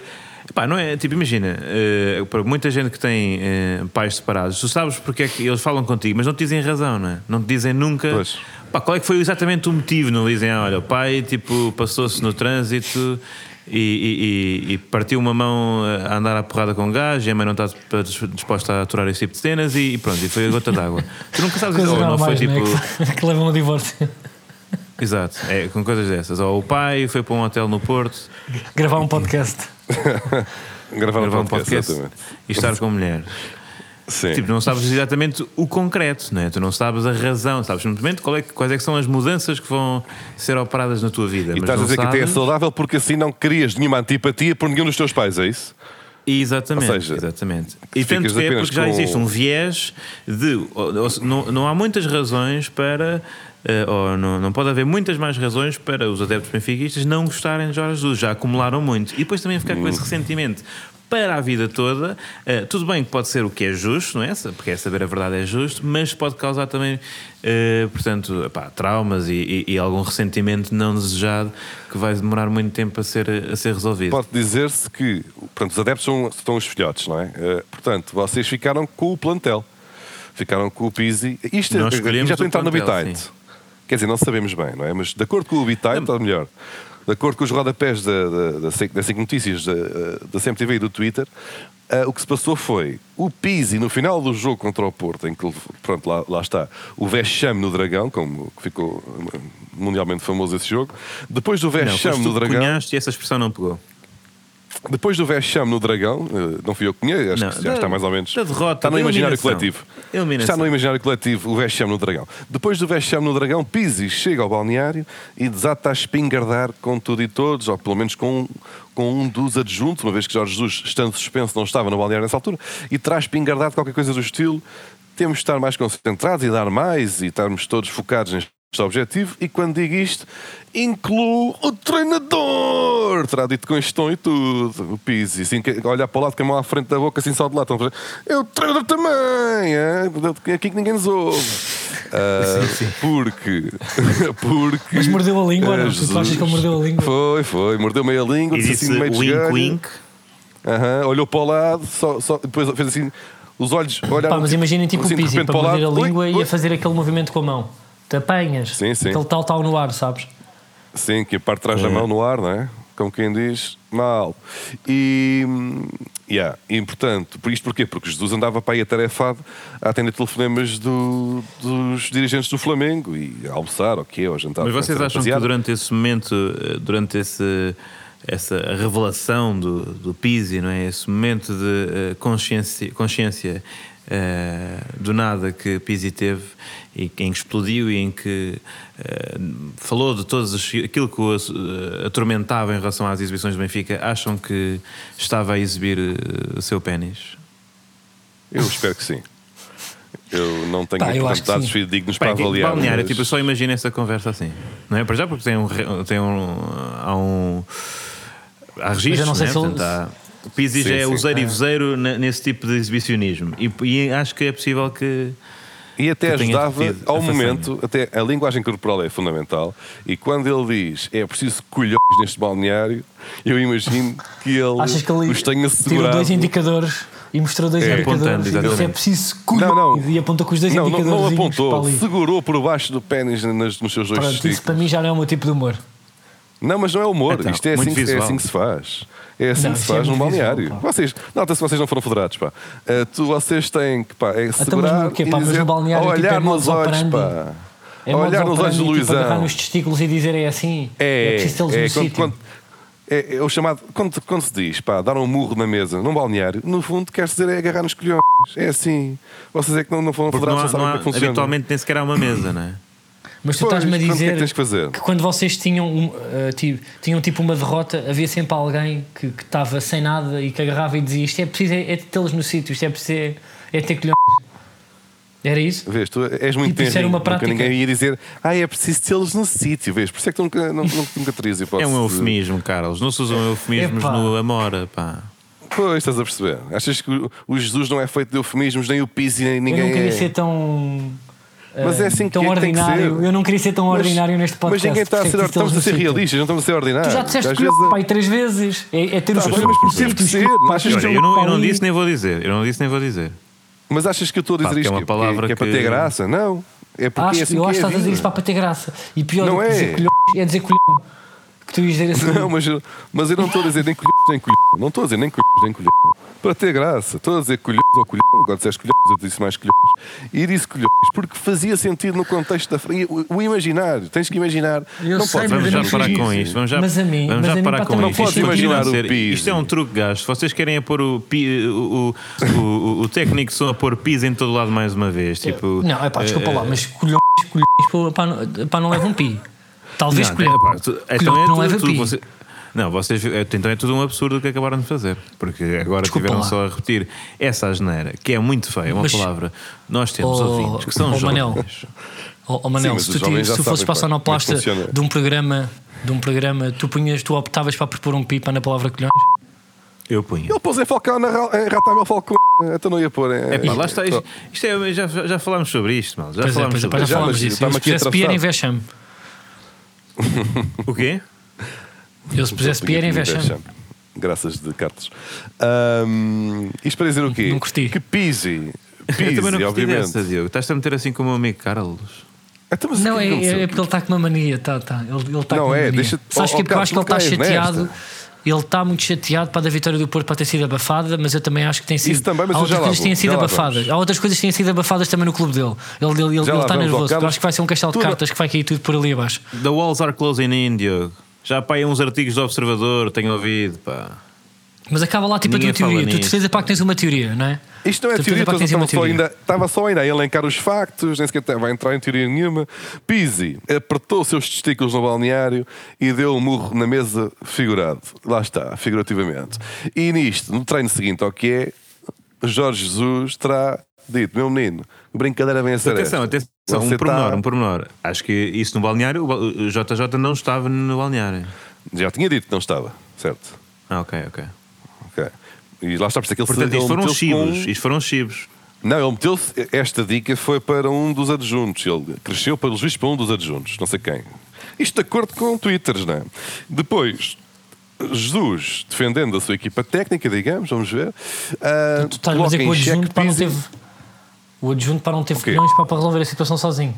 [SPEAKER 2] Pá, não é, tipo, imagina, eh, para muita gente que tem eh, pais separados, tu sabes porque é que eles falam contigo, mas não te dizem razão, não é? Não te dizem nunca.
[SPEAKER 1] Pois.
[SPEAKER 2] Pá, qual é que foi exatamente o motivo? Não dizem, ah, olha, o pai, tipo, passou-se no trânsito e, e- e- e partiu uma mão eh, a andar à porrada com um gajo e a mãe não está dis- disposta a aturar esse tipo de cenas e, e pronto, e foi a gota d'água. tu nunca sabes,
[SPEAKER 3] Coisas
[SPEAKER 2] ou não foi
[SPEAKER 3] normais,
[SPEAKER 2] tipo.
[SPEAKER 3] não é? que, que levam ao divórcio.
[SPEAKER 2] Exato, é, com coisas dessas. Ou o pai foi para um hotel no Porto,
[SPEAKER 3] Gravar um podcast.
[SPEAKER 1] Gravar
[SPEAKER 2] gravar
[SPEAKER 1] um
[SPEAKER 2] um podcast,
[SPEAKER 1] exatamente.
[SPEAKER 2] e estar com mulheres.
[SPEAKER 1] Sim.
[SPEAKER 2] Tipo, não sabes exatamente o concreto, né? tu não sabes a razão, sabes simplesmente qual é que- quais é que são as mudanças que vão ser operadas na tua vida.
[SPEAKER 1] e
[SPEAKER 2] mas
[SPEAKER 1] estás a
[SPEAKER 2] não
[SPEAKER 1] dizer que até é
[SPEAKER 2] sabes-
[SPEAKER 1] saudável porque assim não crias nenhuma antipatia por nenhum dos teus pais, é isso?
[SPEAKER 2] Exatamente,
[SPEAKER 1] Ou seja,
[SPEAKER 2] exatamente. E
[SPEAKER 1] ficas
[SPEAKER 2] tanto que é
[SPEAKER 1] apenas
[SPEAKER 2] porque já
[SPEAKER 1] com-
[SPEAKER 2] existe um viés de. ou- ou se- não, não há muitas razões para. eh, ou não, não pode haver muitas mais razões para os adeptos benfiquistas não gostarem de Jorge Jesus, já acumularam muito. E depois também ficar com
[SPEAKER 1] Uhum.
[SPEAKER 2] esse ressentimento para a vida toda. Eh, tudo bem que pode ser o que é justo, não é? Porque é saber a verdade é justo, mas pode causar também, eh, portanto, epá, traumas e, e- e algum ressentimento não desejado que vai demorar muito tempo a ser, a ser resolvido.
[SPEAKER 1] Pode dizer-se que portanto, os adeptos são, são os filhotes, não é? Eh, portanto, vocês ficaram com o plantel. Ficaram com o Pizzi. Isto é-
[SPEAKER 2] Nós escolhemos
[SPEAKER 1] já estou a
[SPEAKER 2] o
[SPEAKER 1] entrar no
[SPEAKER 2] plantel,
[SPEAKER 1] Bitite.
[SPEAKER 2] sim.
[SPEAKER 1] Quer dizer, não sabemos bem, não é? Mas de acordo com o Bitite, ou melhor, de acordo com os rodapés da, da, da, SIC- da SIC Notícias, da, da CMTV e do Twitter, ah, o que se passou foi o Pizzi, no final do jogo contra o Porto, em que, ele- pronto, lá, lá está, o vexame no Dragão, como ficou eh, mundialmente famoso esse jogo, depois do
[SPEAKER 2] Não, foste
[SPEAKER 1] vexame
[SPEAKER 2] tu
[SPEAKER 1] no
[SPEAKER 2] que
[SPEAKER 1] Dragão...
[SPEAKER 2] cunhaste e essa expressão não pegou.
[SPEAKER 1] Depois do vexame no Dragão, eh, não fui eu que conheço, acho
[SPEAKER 2] Não,
[SPEAKER 1] que já
[SPEAKER 2] da-
[SPEAKER 1] está mais ou menos.
[SPEAKER 2] da derrota,
[SPEAKER 1] está no
[SPEAKER 2] da
[SPEAKER 1] imaginário
[SPEAKER 2] eliminação.
[SPEAKER 1] coletivo.
[SPEAKER 2] Eliminação.
[SPEAKER 1] Está no imaginário coletivo o vexame no Dragão. Depois do vexame no Dragão, Pizzi chega ao balneário e desata a espingardar com tudo e todos, ou pelo menos com, com um dos adjuntos, uma vez que Jorge Jesus, estando suspenso, não estava no balneário nessa altura, e traz espingardado qualquer coisa do estilo. Temos de estar mais concentrados e dar mais e estarmos todos focados neste é objetivo. E quando digo isto, incluo o treinador! Terá dito com este tom e tudo. O Pizzi, assim, que- olhar para o lado, com a mão à frente da boca, assim, só de lado. Estão a fazer, Eu treinador também! É? Aqui que ninguém nos ouve. Ah, Porque. porque
[SPEAKER 3] Mas mordeu a língua, não? Tu
[SPEAKER 1] Jesus.
[SPEAKER 3] achas que ele mordeu a língua?
[SPEAKER 1] Foi, foi. Mordeu meia língua,
[SPEAKER 2] E
[SPEAKER 1] disse,
[SPEAKER 2] disse
[SPEAKER 1] assim, meio
[SPEAKER 2] wink
[SPEAKER 1] desgalho.
[SPEAKER 2] wink.
[SPEAKER 1] Aham, Olhou para o lado, só, só- depois fez assim. Os olhos olharam
[SPEAKER 3] Pá, mas imaginem tipo
[SPEAKER 1] assim,
[SPEAKER 3] o
[SPEAKER 1] de
[SPEAKER 3] Pizzi
[SPEAKER 1] repente
[SPEAKER 3] para morder a
[SPEAKER 1] lado. Ui,
[SPEAKER 3] língua e
[SPEAKER 1] ui.
[SPEAKER 3] a fazer aquele movimento com a mão. Te apanhas.
[SPEAKER 1] Sim, sim.
[SPEAKER 3] Aquele tal tal no ar, sabes?
[SPEAKER 1] Sim, que a parte de trás da mão no ar, não é? como quem diz, mal. E, hum, yeah, e portanto, por isto porquê? Porque Jesus andava para aí atarefado a atender telefonemas do- dos dirigentes do Flamengo e a almoçar, ou quê, ou a jantar.
[SPEAKER 2] Mas
[SPEAKER 1] com
[SPEAKER 2] vocês
[SPEAKER 1] essa
[SPEAKER 2] acham que
[SPEAKER 1] então, rapaziada.
[SPEAKER 2] durante esse momento, eh, durante esse, essa revelação do, do Pizzi, não é? esse momento de eh, consciência, consciência eh, do nada que Pizzi teve e que- em que explodiu e em que eh, falou de todos os- aquilo que o eh, atormentava em relação às exibições do Benfica, acham que estava a exibir eh, o seu pênis?
[SPEAKER 1] Eu espero que sim. Eu não tenho,
[SPEAKER 3] Pá, eu acho
[SPEAKER 1] portanto,
[SPEAKER 3] que
[SPEAKER 1] dados
[SPEAKER 3] sim.
[SPEAKER 1] fidedignos
[SPEAKER 2] Pá,
[SPEAKER 1] para
[SPEAKER 2] é que
[SPEAKER 1] avaliar.
[SPEAKER 2] balneário,
[SPEAKER 1] mas-
[SPEAKER 2] tipo, eu só imagino essa conversa assim. Não é? Para já, porque tem um. re- Tem um há um. Há registro.
[SPEAKER 3] não sei
[SPEAKER 2] né?
[SPEAKER 3] se Ah. ele-
[SPEAKER 2] Portanto, há- o Pizzi
[SPEAKER 1] Sim,
[SPEAKER 2] já é
[SPEAKER 1] sim.
[SPEAKER 2] useiro e vezeiro ne- nesse tipo de exibicionismo. E, e acho que é possível que.
[SPEAKER 1] E até
[SPEAKER 2] que tenha
[SPEAKER 1] ajudava
[SPEAKER 2] repetido a
[SPEAKER 1] ao
[SPEAKER 2] façanha.
[SPEAKER 1] momento, até a linguagem corporal é fundamental. E quando ele diz é preciso colhões neste balneário, eu imagino que ele,
[SPEAKER 3] Achas que ele
[SPEAKER 1] os tenha
[SPEAKER 3] tirou
[SPEAKER 1] segurado.
[SPEAKER 3] dois indicadores e mostrou dois
[SPEAKER 1] É.
[SPEAKER 2] Apontando,
[SPEAKER 3] indicadores e disse é
[SPEAKER 2] exatamente.
[SPEAKER 3] preciso
[SPEAKER 1] Não, não.
[SPEAKER 3] e aponta com os dois
[SPEAKER 1] não, não,
[SPEAKER 3] indicadores
[SPEAKER 1] não
[SPEAKER 3] para
[SPEAKER 1] apontou,
[SPEAKER 3] ali.
[SPEAKER 1] segurou por baixo do pênis nas- nos seus dois
[SPEAKER 3] Pronto, isso para
[SPEAKER 1] testículos.
[SPEAKER 3] mim já não é o meu tipo de humor.
[SPEAKER 1] Não, mas não é humor,
[SPEAKER 2] Então,
[SPEAKER 1] isto é
[SPEAKER 2] muito
[SPEAKER 1] assim, que, é
[SPEAKER 2] visual.
[SPEAKER 1] assim que se faz. É assim
[SPEAKER 3] Não,
[SPEAKER 1] que se
[SPEAKER 3] isso é
[SPEAKER 1] faz num
[SPEAKER 3] muito visual,
[SPEAKER 1] balneário.
[SPEAKER 3] pá.
[SPEAKER 1] vocês, nota-se vocês não foram federados, pá. Eh, tu, vocês têm que, pá, é segurar
[SPEAKER 3] no quê,
[SPEAKER 1] e
[SPEAKER 3] pá? Então, Mas no
[SPEAKER 1] dizer,
[SPEAKER 3] balneário,
[SPEAKER 1] a
[SPEAKER 3] tipo, é
[SPEAKER 1] olhar nos
[SPEAKER 3] modus
[SPEAKER 1] olhos,
[SPEAKER 3] operandi.
[SPEAKER 1] pá.
[SPEAKER 3] É
[SPEAKER 1] a
[SPEAKER 3] modus
[SPEAKER 1] olhar nos olhos do
[SPEAKER 3] operandi, tipo, agarrar
[SPEAKER 1] Luizão.
[SPEAKER 3] nos testículos e dizer é assim.
[SPEAKER 1] É,
[SPEAKER 3] preciso tê-los
[SPEAKER 1] é,
[SPEAKER 3] no
[SPEAKER 1] quando,
[SPEAKER 3] sítio.
[SPEAKER 1] quando- é, é o chamado. Quando, quando se diz, pá, dar um murro na mesa, num balneário, no fundo, quer dizer é agarrar nos colhões. É assim. Vocês é que não, não foram
[SPEAKER 2] Porque não
[SPEAKER 1] federados,
[SPEAKER 2] há,
[SPEAKER 1] não sabem
[SPEAKER 2] não há-
[SPEAKER 1] como é que funciona.
[SPEAKER 2] habitualmente nem sequer há uma mesa, não é?
[SPEAKER 3] Mas tu
[SPEAKER 1] Pois,
[SPEAKER 3] estás-me a
[SPEAKER 1] pronto, o que é que
[SPEAKER 3] dizer
[SPEAKER 1] tens que fazer?
[SPEAKER 3] quando vocês tinham, um, eh, ti- tinham tipo uma derrota, havia sempre alguém que que estava sem nada e que agarrava e dizia isto é preciso é, é tê-los no sítio, isto é preciso é, é ter colhões. Era isso?
[SPEAKER 1] Vês, tu és muito
[SPEAKER 3] Tipo, isso era
[SPEAKER 1] tenrinho,
[SPEAKER 3] uma
[SPEAKER 1] nunca
[SPEAKER 3] prática.
[SPEAKER 1] ninguém ia dizer, ah, é preciso tê-los no sítio, vês? Por isso é que tu nunca, não, nunca, nunca terias hipótese.
[SPEAKER 2] É um
[SPEAKER 1] de-
[SPEAKER 2] eufemismo, Carlos. Não se usam eufemismos
[SPEAKER 3] Epá.
[SPEAKER 2] no Amora, pá.
[SPEAKER 1] Pois, estás a perceber. Achas que o, o Jesus não é feito de eufemismos, nem o Pizzi, nem ninguém.
[SPEAKER 3] Eu não
[SPEAKER 1] é.
[SPEAKER 3] queria ser tão. eh,
[SPEAKER 1] Mas é assim que
[SPEAKER 3] tão
[SPEAKER 1] é que tem que
[SPEAKER 3] ordinário.
[SPEAKER 1] ser.
[SPEAKER 3] Eu não queria ser tão
[SPEAKER 1] Mas-
[SPEAKER 3] ordinário neste podcast.
[SPEAKER 1] Mas ninguém está a
[SPEAKER 3] por isso
[SPEAKER 1] ser.
[SPEAKER 3] é que disse
[SPEAKER 1] Estamos a
[SPEAKER 3] tê-los
[SPEAKER 1] ser
[SPEAKER 3] no sítio.
[SPEAKER 1] realistas, não estamos a ser ordinários.
[SPEAKER 3] Tu já disseste
[SPEAKER 1] Às
[SPEAKER 3] que
[SPEAKER 1] vezes- é-
[SPEAKER 3] o pai três vezes. É, é ter os
[SPEAKER 1] Tá bem,
[SPEAKER 3] colhões
[SPEAKER 1] mas
[SPEAKER 3] no
[SPEAKER 1] percebo que
[SPEAKER 3] sítio,
[SPEAKER 1] ser, é?
[SPEAKER 3] os
[SPEAKER 1] mas achas
[SPEAKER 3] colhões
[SPEAKER 1] que
[SPEAKER 2] Olha,
[SPEAKER 1] Sim,
[SPEAKER 2] eu, não, eu
[SPEAKER 3] para
[SPEAKER 2] não
[SPEAKER 3] ali.
[SPEAKER 2] disse nem vou dizer. Eu não disse nem vou dizer.
[SPEAKER 1] Mas achas que eu estou a dizer
[SPEAKER 2] Pá, que é
[SPEAKER 1] isto?
[SPEAKER 2] uma
[SPEAKER 1] quê?
[SPEAKER 2] palavra
[SPEAKER 1] que é, para
[SPEAKER 2] que-
[SPEAKER 1] ter graça? Não. É porque
[SPEAKER 3] Acho,
[SPEAKER 1] é assim
[SPEAKER 3] eu
[SPEAKER 1] que
[SPEAKER 3] acho que
[SPEAKER 1] é
[SPEAKER 3] estás a dizer
[SPEAKER 1] vida.
[SPEAKER 3] isso para ter graça. E pior
[SPEAKER 1] Não
[SPEAKER 3] do que
[SPEAKER 1] é.
[SPEAKER 3] dizer colhões é dizer colhão. Que tu ias dizer assim.
[SPEAKER 1] Não, mas, eu- mas eu não estou a dizer nem colhões nem colhões. Não estou a dizer nem colhões nem colhões. Para ter graça. Estou a dizer colhões ou colhão. Agora disseste colhões, eu disse mais colhões. E disse colhões porque fazia sentido no contexto da. fra- e O, o imaginário. Tens que imaginar.
[SPEAKER 3] Eu
[SPEAKER 1] não
[SPEAKER 3] sei,
[SPEAKER 1] podes
[SPEAKER 2] Vamos
[SPEAKER 3] Mas
[SPEAKER 2] já
[SPEAKER 3] eu não
[SPEAKER 2] parar
[SPEAKER 3] quis
[SPEAKER 2] com
[SPEAKER 1] isso.
[SPEAKER 2] isto. Vamos já,
[SPEAKER 3] Mas a mim-
[SPEAKER 2] vamos
[SPEAKER 3] mas
[SPEAKER 2] já
[SPEAKER 3] a mim
[SPEAKER 2] parar
[SPEAKER 3] bate-
[SPEAKER 2] com
[SPEAKER 3] Não
[SPEAKER 2] isto.
[SPEAKER 1] podes
[SPEAKER 2] Isto, continua a
[SPEAKER 1] imaginar o
[SPEAKER 2] ser-
[SPEAKER 1] piso.
[SPEAKER 2] isto é um truque, gajo. Se vocês querem é pôr o, pi- o, o, o, o técnico só a pôr piso em todo lado mais uma vez. Tipo,
[SPEAKER 3] Não, é pá, desculpa
[SPEAKER 2] eh,
[SPEAKER 3] lá, mas colhões, colhões, pá, não- pá, não leva um pi. Talvez
[SPEAKER 2] não,
[SPEAKER 3] colhão.
[SPEAKER 2] é pá, tu-
[SPEAKER 3] Colhão
[SPEAKER 2] então é
[SPEAKER 3] não
[SPEAKER 2] tudo-
[SPEAKER 3] leva
[SPEAKER 2] tudo
[SPEAKER 3] pi.
[SPEAKER 2] você- Não, vocês, é, então é tudo um absurdo o que acabaram de fazer. Porque agora
[SPEAKER 3] Desculpa
[SPEAKER 2] tiveram
[SPEAKER 3] lá.
[SPEAKER 2] só a repetir essa asneira, que é muito feia, é uma
[SPEAKER 3] Mas-
[SPEAKER 2] palavra. Nós temos
[SPEAKER 3] Oh,
[SPEAKER 2] ouvintes que são
[SPEAKER 3] oh,
[SPEAKER 2] jovens.
[SPEAKER 3] Manel. Ó ó, Manel,
[SPEAKER 1] Sim, mas
[SPEAKER 3] se
[SPEAKER 1] os
[SPEAKER 3] tu, ti-
[SPEAKER 1] jovens já
[SPEAKER 3] se tu fosses
[SPEAKER 1] sabem,
[SPEAKER 3] para a
[SPEAKER 1] pá,
[SPEAKER 3] sonoplasta
[SPEAKER 1] como é que funciona.
[SPEAKER 3] de um programa, de um programa, tu punhas, tu optavas para propor um pipa na palavra colhões?
[SPEAKER 2] Eu punho.
[SPEAKER 1] Ele pôs em Falcão na ra- em Ratamel Falcão. Então não ia pôr. em-
[SPEAKER 2] É pá, lá está. Isto, isto é, já, já falámos sobre isto, mal. Já
[SPEAKER 3] Pois é,
[SPEAKER 2] falámos
[SPEAKER 3] pois é, pá,
[SPEAKER 2] sobre
[SPEAKER 3] já
[SPEAKER 1] Já,
[SPEAKER 3] falámos
[SPEAKER 1] mas
[SPEAKER 3] disso. Eu
[SPEAKER 1] está-me
[SPEAKER 3] se
[SPEAKER 1] aqui a
[SPEAKER 3] pusesse Pierre em
[SPEAKER 1] atravessar.
[SPEAKER 3] vexame.
[SPEAKER 2] O quê?
[SPEAKER 3] Eu se pusesse Pierre em vexame.
[SPEAKER 1] Graças de cartas. Ahm, isto para dizer o quê?
[SPEAKER 3] Não curti.
[SPEAKER 1] Que Pizzi.
[SPEAKER 2] eu
[SPEAKER 1] Pizzi,
[SPEAKER 2] também não curti
[SPEAKER 1] obviamente.
[SPEAKER 2] dessa, Diogo. Estás-te a meter assim com o meu amigo Carlos.
[SPEAKER 1] Então, mas o
[SPEAKER 3] Não,
[SPEAKER 1] que
[SPEAKER 3] é,
[SPEAKER 1] que aconteceu?
[SPEAKER 3] é porque ele está com uma mania, tá, tá. Ele, ele está
[SPEAKER 1] Não,
[SPEAKER 3] com uma
[SPEAKER 1] é,
[SPEAKER 3] mania.
[SPEAKER 1] deixa-
[SPEAKER 3] Sabes que
[SPEAKER 1] ó, ó,
[SPEAKER 3] é porque eu acho que ele está
[SPEAKER 1] Carlos, não caias
[SPEAKER 3] chateado.
[SPEAKER 1] nesta.
[SPEAKER 3] Ele está muito chateado para a vitória do Porto para ter sido abafada, mas eu também acho que tem sido.
[SPEAKER 1] também, mas
[SPEAKER 3] há
[SPEAKER 1] eu
[SPEAKER 3] outras
[SPEAKER 1] já lá
[SPEAKER 3] coisas que
[SPEAKER 1] vou,
[SPEAKER 3] têm sido
[SPEAKER 1] já lá
[SPEAKER 3] abafadas.
[SPEAKER 1] vamos.
[SPEAKER 3] Há outras coisas que têm sido abafadas também no clube dele. Ele, ele, ele,
[SPEAKER 1] Já lá
[SPEAKER 3] está
[SPEAKER 1] vamos, ó,
[SPEAKER 3] nervoso. Eu
[SPEAKER 1] Carlos.
[SPEAKER 3] acho que vai ser um castelo de
[SPEAKER 1] Tu não-
[SPEAKER 3] cartas que vai cair tudo por ali abaixo.
[SPEAKER 2] The walls are closing in, Diogo. Já pá, aí uns artigos do Observador, tenho ouvido, pá.
[SPEAKER 3] Mas acaba lá tipo
[SPEAKER 2] Ninguém
[SPEAKER 3] a tua
[SPEAKER 2] fala
[SPEAKER 3] teoria. Tu de
[SPEAKER 2] nisso.
[SPEAKER 3] certeza para que tens uma teoria, não é?
[SPEAKER 1] Isto não é
[SPEAKER 3] Tu de certeza para que
[SPEAKER 1] teoria, estava
[SPEAKER 3] tens uma
[SPEAKER 1] só,
[SPEAKER 3] teoria.
[SPEAKER 1] ainda, estava só ainda a elencar os factos, nem sequer vai entrar em teoria nenhuma. Pizzi apertou seus testículos no balneário e deu um murro na mesa figurado. Lá está, figurativamente. E nisto, no treino seguinte ao que é, Jorge Jesus terá dito: meu menino, brincadeira bem a ser.
[SPEAKER 2] Atenção,
[SPEAKER 1] esta.
[SPEAKER 2] atenção,
[SPEAKER 1] Você tá
[SPEAKER 2] um pormenor,
[SPEAKER 1] está-
[SPEAKER 2] um pormenor. Acho que isso no balneário, o ba- o JJ não estava no balneário.
[SPEAKER 1] Já tinha dito que não estava, certo?
[SPEAKER 2] Ah, ok, ok.
[SPEAKER 1] Ok. E lá está, por isso é que ele
[SPEAKER 2] Portanto,
[SPEAKER 1] ele
[SPEAKER 2] isto foram
[SPEAKER 1] meteu-se com-
[SPEAKER 2] chibos, isto foram chibos.
[SPEAKER 1] Não, ele meteu-se. Esta dica foi para um dos adjuntos. Ele cresceu, pelos vistos, para um dos adjuntos. Não sei quem. Isto de acordo com twitters, não é? Depois, Jesus, defendendo a sua equipa técnica, digamos, vamos ver. ah,
[SPEAKER 3] Tu estás a dizer que o
[SPEAKER 1] coloca em xeque
[SPEAKER 3] adjunto para não
[SPEAKER 1] Pizzi.
[SPEAKER 3] teve. O adjunto para não teve
[SPEAKER 1] O quê?
[SPEAKER 3] colhões para para resolver a situação sozinho.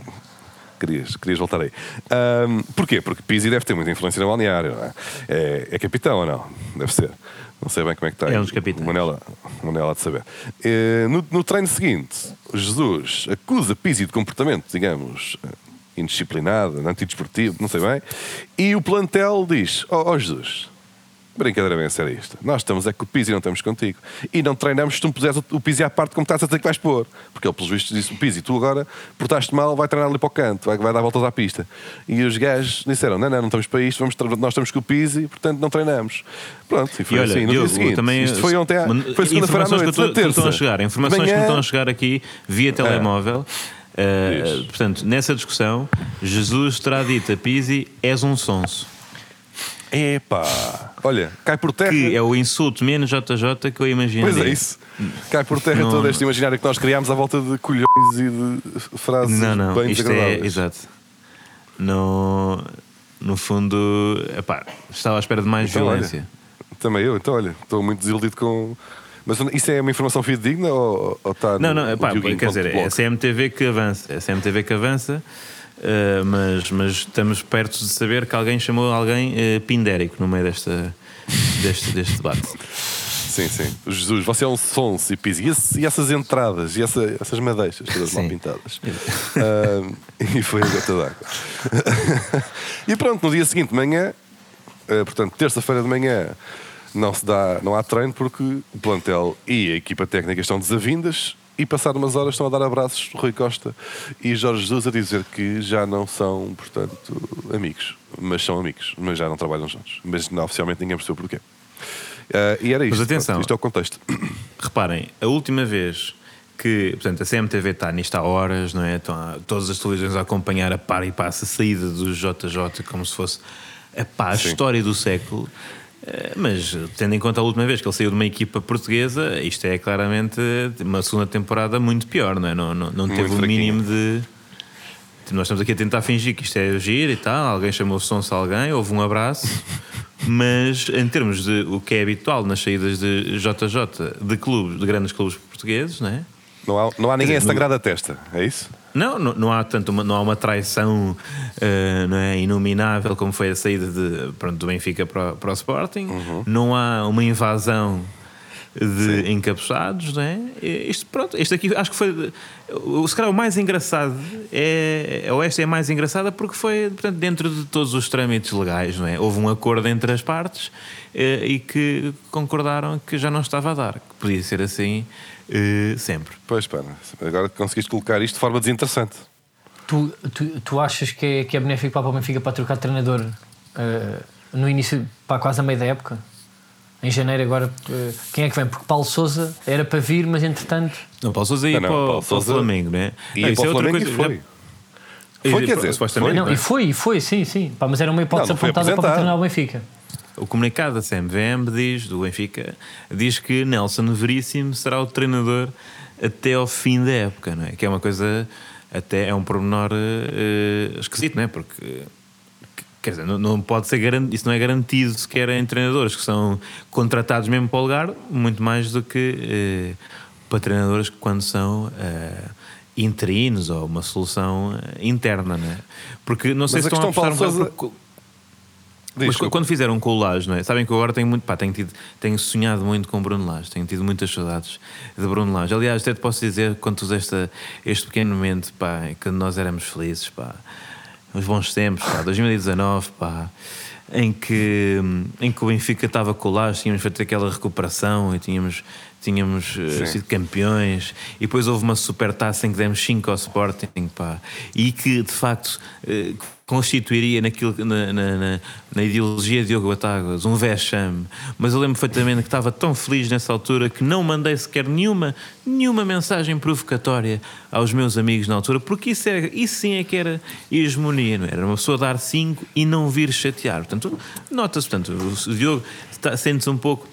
[SPEAKER 1] querias, querias voltar aí. Ahm, porquê? Porque Pizzi deve ter muita influência no balneário, não é? é? é capitão ou não? Deve ser. Não sei bem como é que está.
[SPEAKER 2] É
[SPEAKER 1] aí.
[SPEAKER 2] um dos capitães.
[SPEAKER 1] Manela, Manela há de saber. Eh, no, no treino seguinte, Jesus acusa Pizzi de comportamento, digamos, eh, indisciplinado, antidesportivo, não sei bem, e o plantel diz: Ó ó, Jesus, brincadeira bem séria isto. Nós estamos é com o Pizzi e não estamos contigo. E não treinamos se tu me puseres o, o Pizzi à parte como estás a dizer que vais pôr. Porque ele, pelos vistos, disse: Pizzi, tu agora portaste mal, vai treinar ali para o canto, vai, vai dar voltas à pista. E os gajos disseram: Não, não, não estamos para isto, vamos, tre- nós estamos com o Pizzi, portanto não treinamos. Pronto, e foi
[SPEAKER 2] E olha,
[SPEAKER 1] assim. No
[SPEAKER 2] Diogo,
[SPEAKER 1] dia seguinte,
[SPEAKER 2] também,
[SPEAKER 1] isto foi ontem, à,
[SPEAKER 2] man-
[SPEAKER 1] foi segunda-feira à
[SPEAKER 2] informações
[SPEAKER 1] noite,
[SPEAKER 2] que
[SPEAKER 1] na
[SPEAKER 2] eu tô- que me
[SPEAKER 1] terça.
[SPEAKER 2] estão a chegar, informações que me
[SPEAKER 1] Manhã, É.
[SPEAKER 2] estão a chegar aqui via telemóvel. Uh,
[SPEAKER 1] Diz.
[SPEAKER 2] portanto, nessa discussão, Jesus terá dito a Pizzi: és um sonso,
[SPEAKER 1] Epá! Olha, cai por terra.
[SPEAKER 2] que é o insulto menos JJ que eu imagino.
[SPEAKER 1] Pois é isso. Cai por terra
[SPEAKER 2] Não,
[SPEAKER 1] todo
[SPEAKER 2] não.
[SPEAKER 1] este imaginário que nós criámos à volta de colhões e de frases
[SPEAKER 2] Não, não,
[SPEAKER 1] bem
[SPEAKER 2] isto é.
[SPEAKER 1] desagradáveis.
[SPEAKER 2] Exato. No, no fundo, epá, estava à espera de mais
[SPEAKER 1] Então, olha,
[SPEAKER 2] violência.
[SPEAKER 1] também eu, então olha, estou muito desiludido com. Mas isso é uma informação fidedigna ou, ou está
[SPEAKER 2] Não,
[SPEAKER 1] no,
[SPEAKER 2] não,
[SPEAKER 1] no
[SPEAKER 2] pá,
[SPEAKER 1] Dioguinho
[SPEAKER 2] quer dizer,
[SPEAKER 1] ponto blog?
[SPEAKER 2] é a CMTV que avança, é a CMTV que avança, eh, mas, mas estamos perto de saber que alguém chamou alguém eh, pindérico no meio desta, deste, deste debate.
[SPEAKER 1] Sim, sim. Jesus, você é um sonso e piso. E, esse- e essas entradas e essa- essas madeixas todas mal
[SPEAKER 2] Sim.
[SPEAKER 1] pintadas. Ahm, e foi a gota d'água. e pronto, no dia seguinte de manhã, eh, portanto, terça-feira de manhã, não, se dá, não há treino porque o plantel e a equipa técnica estão desavindas e passado umas horas estão a dar abraços Rui Costa e Jorge Jesus a dizer que já não são, portanto, amigos. Mas são amigos, mas já não trabalham juntos. Mas não, oficialmente ninguém percebeu porquê. Ah, e era isto.
[SPEAKER 2] atenção.
[SPEAKER 1] Pronto, Isto é o contexto.
[SPEAKER 2] Reparem, a última vez que, portanto, a CMTV está nisto há horas, não é? Estão a- todas as televisões a acompanhar a par e passa a saída do JJ como se fosse a, pá, a
[SPEAKER 1] Sim.
[SPEAKER 2] história do século. Eh, Mas tendo em conta a última vez que ele saiu de uma equipa portuguesa, isto é claramente uma segunda temporada muito pior, não é? Não, não, não teve o
[SPEAKER 1] fraquinha.
[SPEAKER 2] mínimo de. Nós estamos aqui a tentar fingir que isto é giro e tal, alguém chamou o sonso a alguém, houve um abraço, mas em termos de o que é habitual nas saídas de JJ de clubes, de grandes clubes portugueses, não é?
[SPEAKER 1] Não há, não há ninguém a
[SPEAKER 2] dizer,
[SPEAKER 1] sangrar a testa, é isso?
[SPEAKER 2] Não, não, não há tanto uma, não há uma traição eh, não é, inominável como foi a saída de, pronto, do Benfica para, o- para o Sporting, não há uma invasão de encapuchados, não é? E Isto, pronto, isto aqui acho que foi. de- o- Se calhar o mais engraçado é. Ou esta é a mais engraçada porque foi, portanto, dentro de todos os trâmites legais, não é? Houve um acordo entre as partes eh, e que concordaram que já não estava a dar, que podia ser assim eh, sempre.
[SPEAKER 1] Pois pá, agora conseguiste colocar isto de forma desinteressante.
[SPEAKER 3] Tu, tu, tu achas que é, que é benéfico para o Benfica para trocar de treinador eh, no início, para quase a meio da época? Em janeiro agora, eh, quem é que vem? Porque Paulo Souza era para vir, mas entretanto...
[SPEAKER 2] Não, Paulo Sousa ia
[SPEAKER 1] Não, não,
[SPEAKER 2] para, o-
[SPEAKER 1] Paulo
[SPEAKER 2] para o
[SPEAKER 1] Sousa-
[SPEAKER 2] Flamengo, não é?
[SPEAKER 1] E
[SPEAKER 2] não,
[SPEAKER 1] ia
[SPEAKER 2] isso
[SPEAKER 1] para o
[SPEAKER 2] é outra
[SPEAKER 1] Flamengo
[SPEAKER 2] coisa,
[SPEAKER 1] e foi.
[SPEAKER 2] já-
[SPEAKER 1] Foi, quer
[SPEAKER 2] e,
[SPEAKER 1] dizer,
[SPEAKER 2] supostamente,
[SPEAKER 1] foi.
[SPEAKER 2] não
[SPEAKER 3] Não,
[SPEAKER 2] é?
[SPEAKER 3] e foi, e foi, sim, sim. Pá, mas era uma hipótese
[SPEAKER 1] Não, não foi
[SPEAKER 3] apontada para
[SPEAKER 1] apresentar.
[SPEAKER 3] treinar o Benfica.
[SPEAKER 2] O comunicado da CMVM diz, do Benfica, diz que Nelson Veríssimo será o treinador até ao fim da época, não é? Que é uma coisa, até é um pormenor eh, eh, esquisito, não é? Porque, eh, que- quer dizer, não, não pode ser garantido, isso não é garantido sequer em treinadores que são contratados mesmo para o lugar, muito mais do que eh, para treinadores que quando são... eh, interinos ou uma solução eh, interna, não é? Porque não sei
[SPEAKER 1] Mas
[SPEAKER 2] se
[SPEAKER 1] a
[SPEAKER 2] estão a
[SPEAKER 1] questão,
[SPEAKER 2] apostar
[SPEAKER 1] Paulo
[SPEAKER 2] um bocado
[SPEAKER 1] Sousa,
[SPEAKER 2] porque-
[SPEAKER 1] Diz,
[SPEAKER 2] mas qu- quando fizeram um colage, não é? Sabem que eu agora tenho muito, pá, tenho, tido, tenho sonhado muito com Bruno Lage, tenho tido muitas saudades de Bruno Lage. Aliás, até te posso dizer, quando tu usaste esta- este pequeno momento, pá, em que nós éramos felizes, pá, os bons tempos, pá, 2019, pá, em que, em que o Benfica estava colage, tínhamos feito aquela recuperação e tínhamos, tínhamos eh,
[SPEAKER 1] Sim.
[SPEAKER 2] sido campeões e depois houve uma super taça em que demos 5 ao Sporting pá, e que de facto eh, constituiria naquilo, na, na, na- na ideologia de Diogo Batáguas um vexame, mas eu lembro perfeitamente que estava tão feliz nessa altura que não mandei sequer nenhuma, nenhuma mensagem provocatória aos meus amigos na altura, porque isso, é, isso sim é que era hegemonia, não é? era? Era uma pessoa dar 5 e não vir chatear, portanto nota-se, portanto o Diogo está- sente-se um pouco